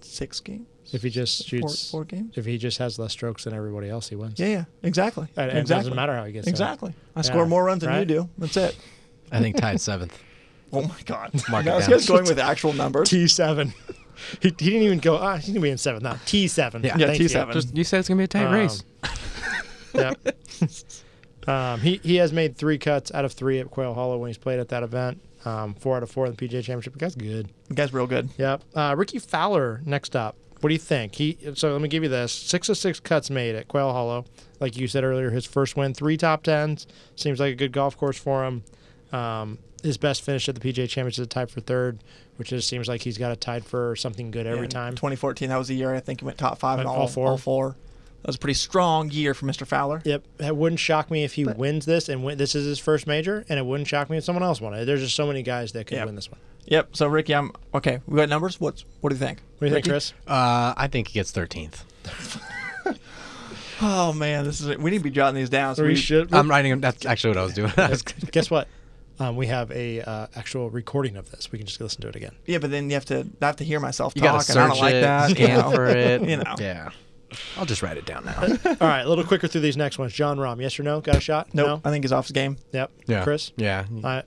six games, if he just shoots four, four games. if he just has less strokes than everybody else, he wins. Yeah, yeah, exactly. And- and exactly. it doesn't matter how he gets there. Exactly. I Yeah, score more runs than you right? do. That's it. I think tied seventh. Oh my God! Mark it Now it's down. just going with actual numbers. T seven. He, he didn't even go. Ah, he's gonna be in seventh now. T seven. Yeah. Yeah, Thank you. T7. Just, you said it's going to be a tight Um, race. Yep. um, he he has made three cuts out of three at Quail Hollow when he's played at that event. Um, four out of four in the PGA Championship. The guy's good. The guy's real good. Yep. Uh, Ricky Fowler next up. What do you think? He so let me give you this: six of six cuts made at Quail Hollow, like you said earlier. His first win, three top tens. Seems like a good golf course for him. Um, his best finish at the PGA Championship is tied for third, which just seems like he's got a tied for something good every in time. 2014, that was the year I think he went top five in Went all, all four. all four. That was a pretty strong year for Mr. Fowler. Yep, it wouldn't shock me if he wins this, and win, this is his first major, and it wouldn't shock me if someone else won it. There's just so many guys that could Yep. win this one. Yep. So Ricky, I'm okay. We got numbers. What's what do you think? What do you think, Ricky? Chris? Uh, I think he gets 13th. Oh man, this is we need to be jotting these down. So we, I'm writing him. That's actually what I was doing. I was- Guess what? Um, we have a uh, actual recording of this. We can just listen to it again. Yeah, but then you have to I have to hear myself you got talk, to and I search don't like it, that. you scan know? for it. You know. Yeah. I'll just write it down now. All right, a little quicker through these next ones. John Rom, yes or no? Got a shot? Nope. I think he's off his game. No? Yep. yeah. Chris? Yeah. I,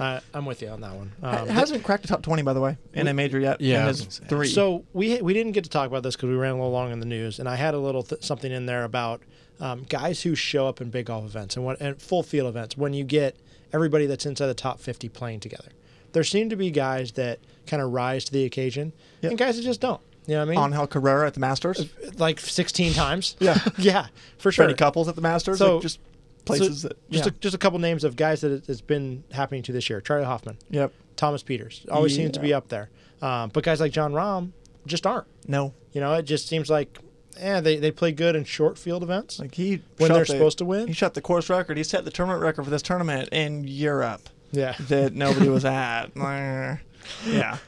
I, I'm with you on that one. Um, hasn't cracked the top 20, by the way, in a major yet. Yeah. And is three. So we we didn't get to talk about this because we ran a little long in the news, and I had a little th- something in there about um, guys who show up in big golf events and what and full field events when you get everybody that's inside the top fifty playing together. There seem to be guys that kind of rise to the occasion, Yep. and guys that just don't. You know what I mean? Angel Carrera at the Masters. like sixteen times. Yeah. yeah, for uh, sure. Freddie Couples at the Masters. So- like just places So that. just yeah. a, just a couple names of guys that it, has been happening to this year. Charlie Hoffman, yep. Thomas Peters, always seems to be Yeah. up there. Um, but guys like John Rahm just aren't. No. You know, it just seems like eh, they, they play good in short field events. Like he When shot they're the- supposed to win? He shot the course record. He set the tournament record for this tournament in Europe yeah. that nobody was at. Like, yeah.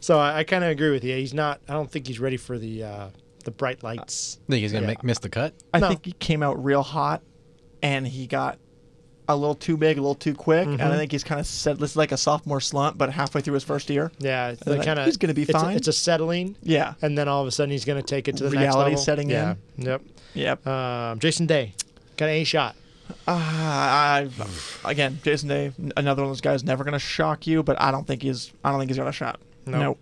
So I, I kind of agree with you. He's not. I don't think he's ready for the uh, the bright lights. Think he's gonna Yeah. make, miss the cut? I No. think he came out real hot, and he got a little too big, a little too quick, and Mm-hmm. I think he's kind of said this is like a sophomore slump, but halfway through his first year, Yeah, they're like, kind of. "He's gonna be fine." It's a settling, yeah, and then all of a sudden he's going to take it to the next Reality level. setting yeah. Yep. yep. Um, Jason Day, got an A shot. Ah, I, again, Jason Day, n- another one of those guys, never gonna shock you, but I don't think he's, I don't think he's got a shot. No. Nope.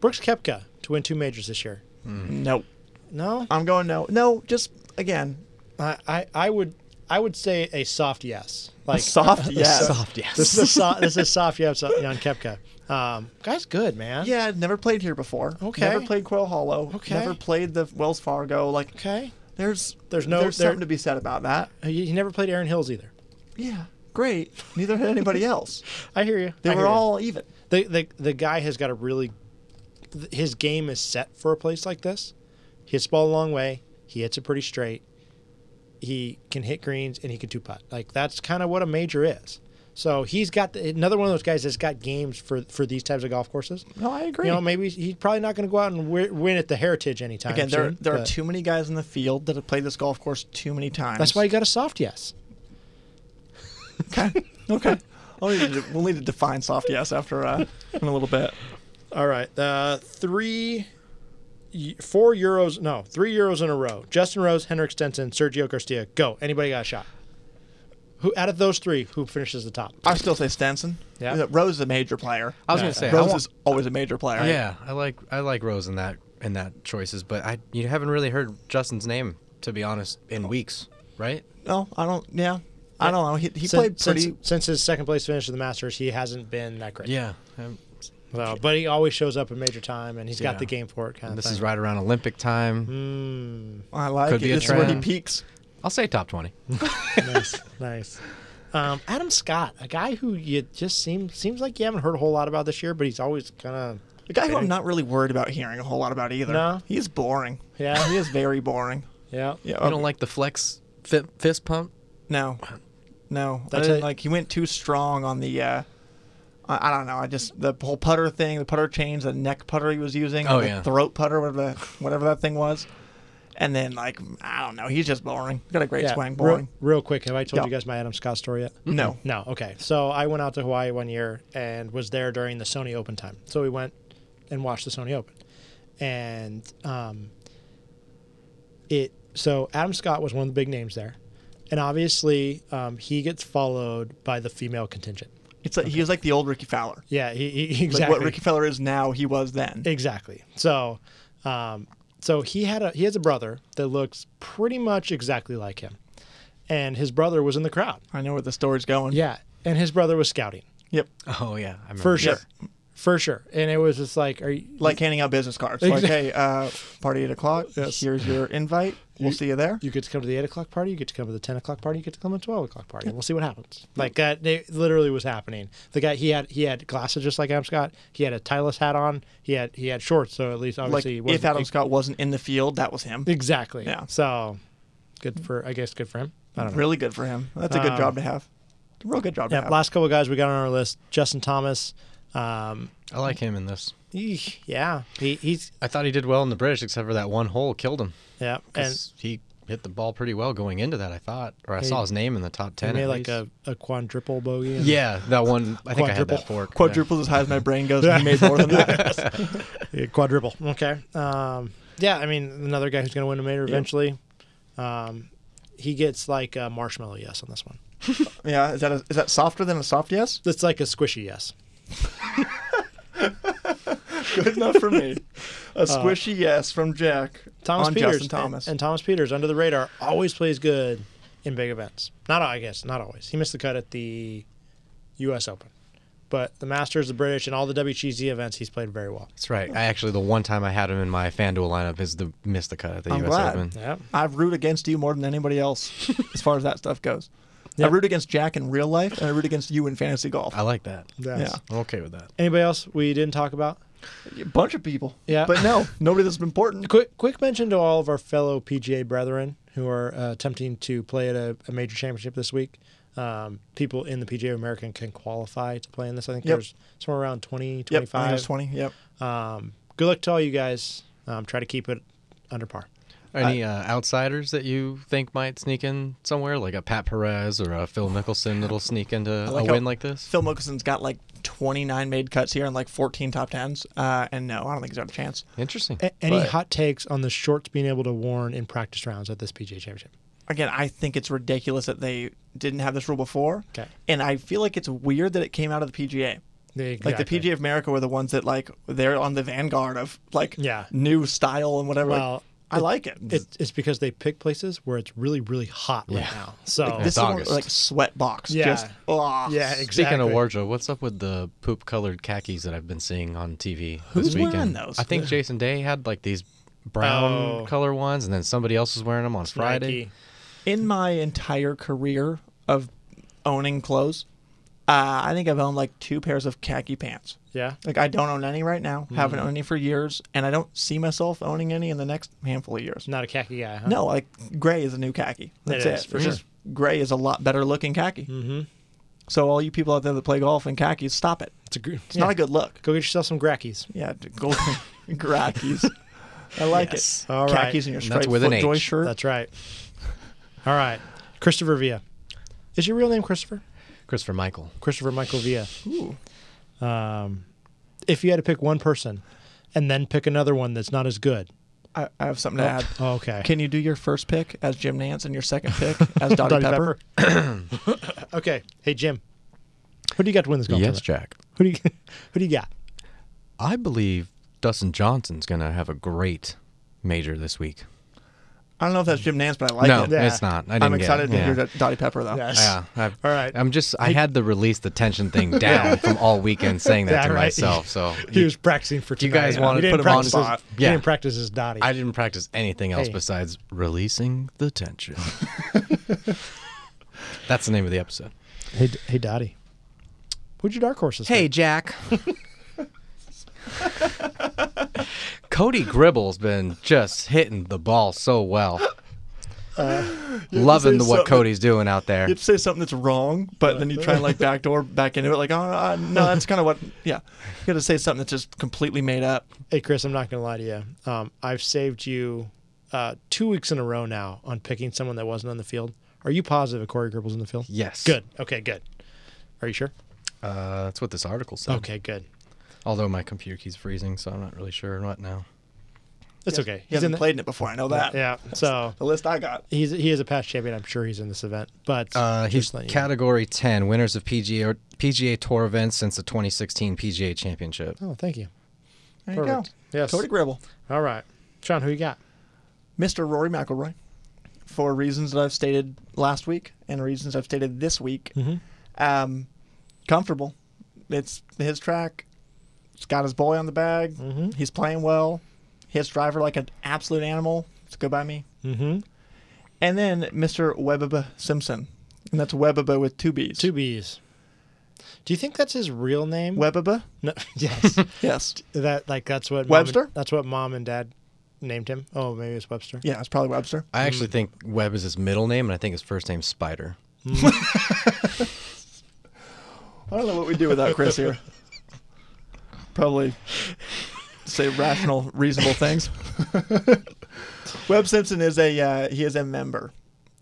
Brooks Kepka to win two majors this year. Nope. No, I'm going no, no. Just again, I, I, I would I would say a soft yes. Like soft yes. This is a so, this is a soft yes on on Kepka. Um, guy's good, man. Yeah, I'd never played here before. Okay. Never played Quail Hollow. Okay. Never played the Wells Fargo. Like, Okay. there's There's no- there's there- something to be said about that. Uh, You, you never played Aaron Hills either. Yeah, great. Neither had anybody else. I hear you. They I were hear you. all even. the, the the guy has got a really th- his game is set for a place like this. He hits the ball a long way. He hits it pretty straight. He can hit greens and he can two putt. Like that's kind of what a major is. So he's got the, another one of those guys that's got games for for these types of golf courses. No, I agree. You know, maybe he's probably not going to go out and wi- win at the Heritage anytime Again, there, soon, there are but too many guys in the field that have played this golf course too many times. That's why you got a soft yes. Okay. okay. I'll need to, we'll need to define soft yes after uh, in a little bit. All right, uh, three, y- four euros. No, three euros in a row. Justin Rose, Henrik Stenson, Sergio Garcia. Go. Anybody got a shot? Who out of those three? Who finishes the top? I still say Stenson. Yeah. Rose is a major player. I was Yeah. gonna say I Rose want- is always a major player. Yeah, I like I like Rose in that in that choices, but I you haven't really heard Justin's name to be honest in weeks, right? No, Oh, I don't. Yeah. I don't know. He, he Sin- played pretty. since, since his second place finish of the Masters, he hasn't been that great. Yeah, um, So, but he always shows up in major time, and he's got Yeah. the game for it. Kind of. this thing. is right around Olympic time. Hmm. Mm, I like could it. be a this is where he trend. peaks. I'll say top twenty. nice, nice. Um, Adam Scott, a guy who you just seem seems like you haven't heard a whole lot about this year, but he's always kind of The guy who I'm not really worried about hearing a whole lot about either. No? He's boring. Yeah. He is very boring. yeah. Yeah. You don't like the flex fi- fist pump? No, no. I That's it. didn't like. He went too strong on the. Uh, I, I don't know. I just the whole putter thing, the putter change, the neck putter he was using, Oh, the yeah. throat putter, whatever that, whatever that thing was. And then like I don't know. He's just boring. Got a great swing, Real- boring. Real, quick, have I told Yeah. you guys my Adam Scott story yet? No. No. Okay. So I went out to Hawaii one year and was there during the Sony Open time. So we went and watched the Sony Open, and um, it. So Adam Scott was one of the big names there, and obviously um, he gets followed by the female contingent. It's like he was like the old Ricky Fowler. Yeah, he, he- he- Like exactly. what Ricky Fowler is now, he was then. Exactly. So, um, so he had a he has a brother that looks pretty much exactly like him, and his brother was in the crowd. I know where the story's going. Yeah, and his brother was scouting Yep. Oh yeah, I remember. for this. sure, for sure. And it was just like, are you Like handing out business cards. Like, hey, uh, party eight o'clock. Here's your invite. We'll see you there. you get to come to the eight o'clock party, you get to come to the ten o'clock party, you get to come to the twelve o'clock party. and We'll see what happens. Like that, it literally was happening. The guy he had he had glasses just like Adam Scott. He had a tieless hat on. He had he had shorts. So at least like obviously he if wasn't- Adam Scott wasn't in the field, that was him. exactly. Yeah. So good for I guess good for him. I don't know. Really good for him. That's a good Um, job to have. Real good job to Yeah, have. last couple of guys we got on our list: Justin Thomas. Um, I like him in this. eesh, yeah, he, he's I thought he did well in the British, except for that one hole killed him. yeah, and 'cause he hit the ball pretty well going into that. I thought, or I He- saw his name in the top he ten. made at like least. a, a quadruple bogey. and- yeah, that one. I think I had Quadruple. that fork. yeah. Quadruples as high as my brain goes, and he made more than that. Yeah, quadruple. Okay. Um, Yeah, I mean, another guy who's going to win a Mater eventually. Um, he gets like a marshmallow yes on this one. Yeah, is that a, is that softer than a soft yes? That's like a squishy yes. Good enough for me. A squishy yes from Jack Uh, Thomas on Peters Justin Thomas. And, and Thomas Peters under the radar always plays good in big events. Not I guess not always. He missed the cut at the U.S. Open, but the Masters, the British, and all the WGC events, he's played very well. That's right. I actually the one time I had him in my FanDuel lineup is the missed the cut at the I'm U.S. glad. Open. Yeah, I root against you more than anybody else as far as that stuff goes. Yeah. I root against Jack in real life, and I root against you in fantasy golf. I like that. yeah, Yes. I'm okay with that. Anybody else we didn't talk about? a bunch of people. Yeah. but no, nobody that's important. Quick, quick mention to all of our fellow PGA brethren who are uh, attempting to play at a, a major championship this week. Um, people in the PGA of American can qualify to play in this. I think Yep. there's somewhere around 20, Yep, I think it 25. was twenty. Yep. Um, good luck to all you guys. Um, try to keep it under par. Any uh, outsiders that you think might sneak in somewhere, like a Pat Perez or a Phil Mickelson that'll sneak into like a how win like this? Phil Mickelson's got like 29 made cuts here and like 14 top tens. Uh, and no, I don't think he's got a chance. Interesting. A- any But- hot takes on the shorts being able to warn in practice rounds at this PGA Championship? Again, I think it's ridiculous that they didn't have this rule before. Okay. And I feel like it's weird that it came out of the PGA. Like Exactly. the PGA of America were the ones that like they're on the vanguard of like Yeah. new style and whatever. Like, Well, I like it. It, it's because they pick places where it's really, really hot right now. So this is It's one- August. like sweat box. Yeah. Just oh. ugh. yeah, exactly. Speaking of wardrobe, what's up with the poop-colored khakis that I've been seeing on TV Who's this weekend? wearing those? I think Jason Day had like these brown Oh. color ones, and then somebody else was wearing them on Friday. Nike. in my entire career of owning clothes, uh, I think I've owned like two pairs of khaki pants. Yeah. Like I don't own any right now. Haven't owned any for years, and I don't see myself owning any in the next handful of years. Not a khaki guy, huh? No, like gray is a new khaki. That's It is, it. for It's sure. just Gray is a lot better looking khaki. Mm-hmm. So all you people out there that play golf in khakis, stop it. It's, a, gr- It's not a good look. Go get yourself some Grackies. Yeah, d- go khakis. I like Yes. it. All right. khakis and your And that's striped with an foot joy H. shirt. That's right. All right. Christopher Villa. Is your real name Christopher? Christopher Michael. Christopher Michael Villa. Ooh. Um, if you had to pick one person and then pick another one that's not as good. I, I have something to add. Oh, okay. Can you do your first pick as Jim Nance and your second pick as Dottie, Dottie Pepper? Pepper. okay. Hey, Jim. Who do you got to win this golf tournament? Jack. Who do you Who do you got? I believe Dustin Johnson's gonna have a great major this week. I don't know if that's Jim Nance, but I like no, it. Yeah. it's not. I didn't I'm get excited it. to hear Yeah. that Dottie Pepper though. Yes. Yeah, I've- All right. I'm just. I had to release the tension thing down from all weekend saying that Yeah, to right. myself. So He was practicing for you tonight. guys wanted He to didn't put him on practice the his- spot. He Yeah. didn't practice his Dottie. I didn't practice anything else Hey. besides releasing the tension. That's the name of the episode. Hey, D- hey, Dottie. Who'd your dark horses? pick? Jack. Cody Gribble's been just hitting the ball so well. Loving say the, what something. Cody's doing out there. You have to say something that's wrong, but then you try and like backdoor back into it. Like, oh uh, no, that's kind of what. Yeah, you got to say something that's just completely made up. Hey, Chris, I'm not going to lie to you. Um, I've saved you uh, two weeks in a row now on picking someone that wasn't on the field. Are you positive that Corey Gribble's in the field? Yes. Good. Okay, good. Are you sure? Uh, that's what this article said. Um, Okay, good. Although my computer keeps freezing, so I'm not really sure what now. That's okay. He hasn't played in it before. I know that. The, yeah. So The list I got. he's he is a past champion. I'm sure he's in this event. But Uh, he's just letting you know. category 10, winners of PGA, or PGA Tour events since the 2016 PGA Championship. Oh, thank you. There Perfect. you go. Yes. Cody Gribble, All right, Sean, who you got? Mr. Rory McIlroy, for reasons that I've stated last week and reasons I've stated this week. Um, comfortable. It's his track. It's got his boy on the bag. He's playing well. Hits driver like an absolute animal. It's good by me. Mm-hmm. And then Mr. Webaba Simpson. And that's Webaba with two B's. Two B's. Do you think that's his real name? Webaba? No, yes. Yes. that like that's what Mom Webster? and, that's what mom and dad named him. Oh, maybe it's Webster. Yeah, it's probably Webster. I actually think Webb is his middle name, and I think his first name's Spider. I don't know what we do without Chris here. Probably say rational, reasonable things. Webb Simpson is a uh, he is a member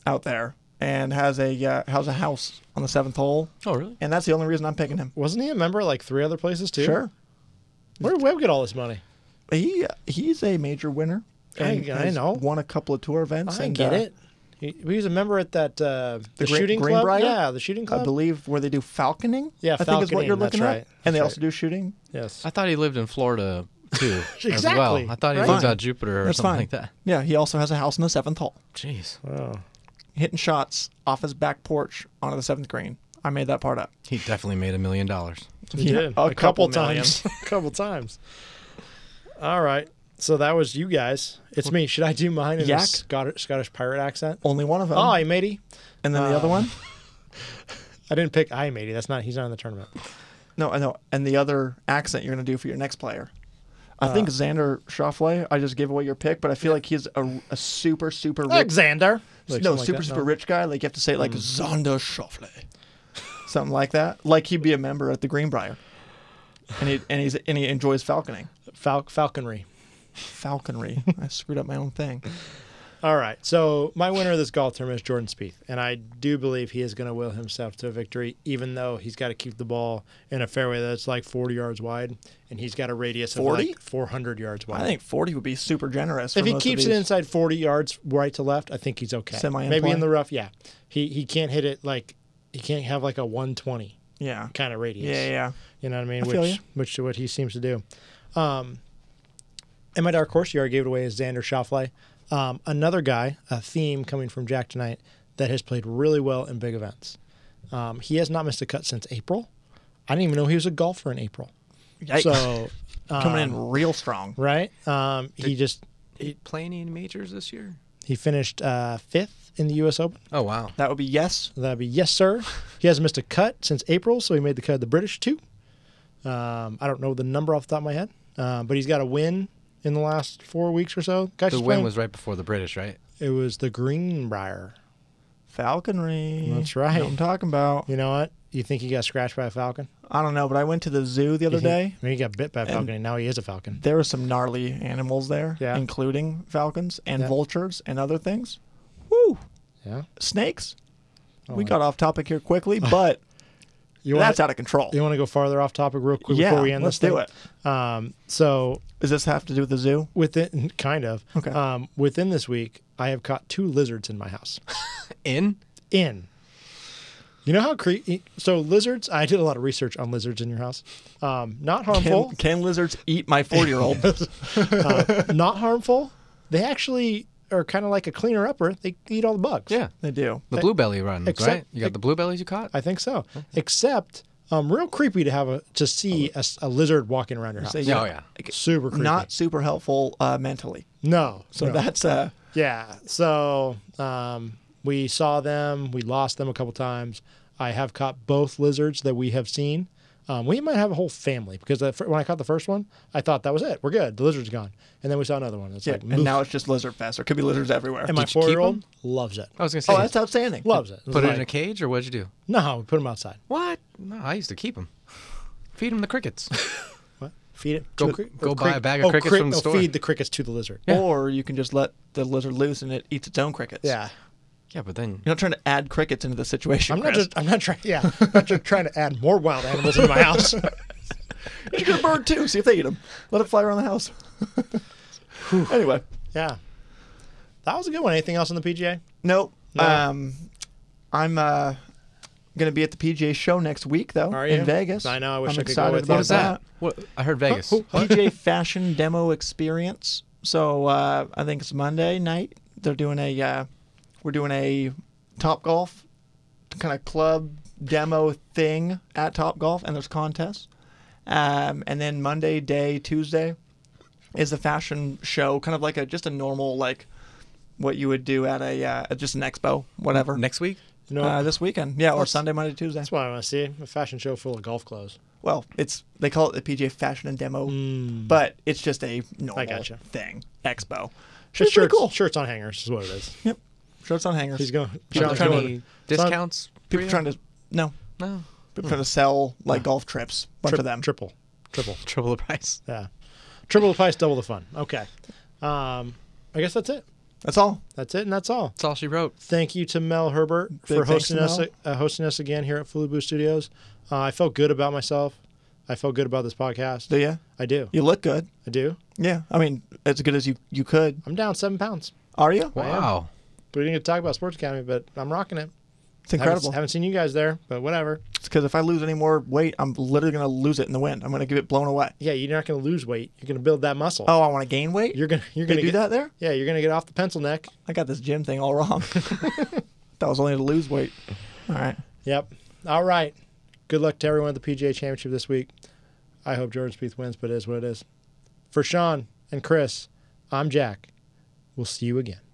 out there and has a uh, has a house on the seventh hole, Oh, really? and that's the only reason I'm picking him. Wasn't he a member of like three other places too? Sure, Where did Webb get all this money? he he's a major winner. and I- I has know. won a couple of tour events. I and, get uh, it. He, he was a member at that uh, the, Green- shooting club. Greenbrier? Yeah, the shooting club. I believe where they do falconing. Yeah, I think is what falconing, you're that's looking right, at. And they that's also do shooting. yes. I thought he lived in Florida too. As well. Exactly, I thought he right? lived out Jupiter or That's something fine. like that. Yeah, he also has a house in the seventh hole, Jeez. oh. hitting shots off his back porch onto the seventh green. I made that part up. He definitely made a million dollars. He Yeah, did a a, couple, couple million. times. a couple times. All right. So that was you guys. It's me. Should I do mine in Yak? Um, a Scottish, Scottish pirate accent? Only one of them. Oh, matey. and then the other one? I didn't pick I matey. That's not. He's not in the tournament. No, I know. And the other accent you're going to do for your next player. I think Xander Schauffele, I just gave away your pick, but I feel like he's a, a super, super rich. Alexander. Like something no, like super, that? super rich guy. Like you have to say it like Xander Schauffele. Something like that. Like he'd be a member at the Greenbrier. And he and he's and he enjoys falconing. Fal- falconry. Falconry. I screwed up my own thing. All right. So my winner of this golf tournament is Jordan Spieth, and I do believe he is going to will himself to a victory, even though he's got to keep the ball in a fairway that's like 40 yards wide, and he's got a radius of 40? like 400 yards wide. I think 40 would be super generous. for if he most of keeps it these. inside 40 yards right to left, I think he's okay. Semi in Maybe play? in the rough, yeah. He he can't hit it like he can't have like a 120 yeah. kind of radius. Yeah, yeah, yeah. You know what I mean? I which feel you. which is what he seems to do. Um, and my dark horse you already gave it away is Xander Schauffele. Um, another guy, a theme coming from Jack tonight that has played really well in big events. Um, he has not missed a cut since April. I didn't even know he was a golfer in April. Yikes. So um, Coming in real strong. right, um, he just He playing any majors this year? he finished uh, fifth in the U.S. Open. Oh wow. That would be yes. That'd be yes, sir. He hasn't missed a cut since April, so he made the cut of the British too. Um, I don't know the number off the top of my head, uh, but he's got a win in the last four weeks or so. Guy's The just win playing- was right before the British, right? it was the Greenbrier. Falconry. That's right. Know what I'm talking about. You know what? You think he got scratched by a falcon? I don't know, but I went to the zoo the other You day. think- I mean, he got bit by a falcon, and, now he is a falcon. There were some gnarly animals there, Yeah. including falcons and Yeah. vultures and other things. Woo! Yeah. Snakes. we my- got off topic here quickly, but Oh, You wanna, that's out of control. you want to go farther off topic real quick Yeah, before we end let's this? do thing? Um, so Does this have to do with the zoo? within kind of Okay. um, within this week, I have caught two lizards in my house. In? in. You know how cre- so lizards? I did a lot of research on lizards in your house. Um, not harmful, Can, can lizards eat my four-year-old? uh, not harmful. They actually are kind of like a cleaner upper. They eat all the bugs. Yeah. they do. The blue belly runs, Except- right? You got the blue bellies you caught? I think so. Except, um, real creepy to have a to see a, s- a lizard walking around your house. They- Yeah, oh, yeah. like, Super creepy. Oh. Not super helpful uh, mentally. no. So no. that's uh, Yeah. So um, we saw them. We lost them a couple times. I have caught both lizards that we have seen. Um, we might have a whole family because the, fir- when I caught the first one, I thought that was it. We're good. The lizard's gone. And then we saw another one. It's yeah, like, and now it's just lizard fest. There could be lizards everywhere. and my Did you keep four year old 'em? loves it. I was gonna say oh, that's outstanding. Loves it. put it in a cage or what'd you do? No, we put them outside. What? No, I used to keep them. Feed them the crickets. What? Feed it. Go- to a cri- go or buy crick- a bag of oh, crickets crick- from the oh, store. Feed the crickets to the lizard. Or you can just let the lizard loose and it eats its own crickets. Yeah. yeah, but then You're not trying to add crickets into the situation. I'm not Chris. just. I'm not trying. Yeah. I'm not just trying to add more wild animals into my house. You should get a bird too. See if they eat them. Let it fly around the house. anyway, Yeah. That was a good one. Anything else on the PGA? nope. No. Um, I'm uh, gonna be at the PGA show next week though Are you? in Vegas. I know, I wish I'm I could go excited with you. about what is that? What I heard Vegas. that. PGA Oh, Fashion Demo Experience. So uh, I think it's Monday night. They're doing a. Uh, we're doing a Top Golf kind of club demo thing at Top Golf, and there's contests. Um, and then Monday, day Tuesday, is the fashion show, kind of like a just a normal like what you would do at a uh, at just an expo, whatever. Next week? You know, uh, this weekend, yeah, or That's- Sunday, Monday, Tuesday. That's what I want to see. A fashion show full of golf clothes. Well, it's they call it the PGA Fashion and Demo, but it's just a normal gotcha. thing expo. Should Just be pretty shirts, cool. shirts on hangers is what it is. Yep, shirts on hangers. He's going. People Sean's trying to- going- discounts? People trying to no, No. people trying to sell like golf trips, bunch tri- of them. Triple, triple, Triple the price. yeah, triple the price, double the fun. Okay, um, I guess that's it. That's all. That's it, and that's all. That's all she wrote. Thank you to Mel Herbert for thanks hosting to us Mel. uh, hosting us again here at Fulu Boo Studios. Uh, I felt good about myself. I feel good about this podcast. Do you? I do. You look good. I do. Yeah. I mean, as good as you, you could. I'm down seven pounds. Are you? Wow. We didn't get to talk about Sports Academy, but I'm rocking it. It's Haven't- incredible. haven't seen you guys there, but whatever. It's because if I lose any more weight, I'm literally going to lose it in the wind. I'm going to give it blown away. Yeah, you're not going to lose weight. You're going to build that muscle. Oh, I want to gain weight? you're going to you're They going to do that there? Yeah, you're going to get off the pencil neck. I got this gym thing all wrong. that was only to lose weight. All right. Yep. All right. Good luck to everyone at the PGA Championship this week. I hope Jordan Spieth wins, but it is what it is. For Sean and Chris, I'm Jack. We'll see you again.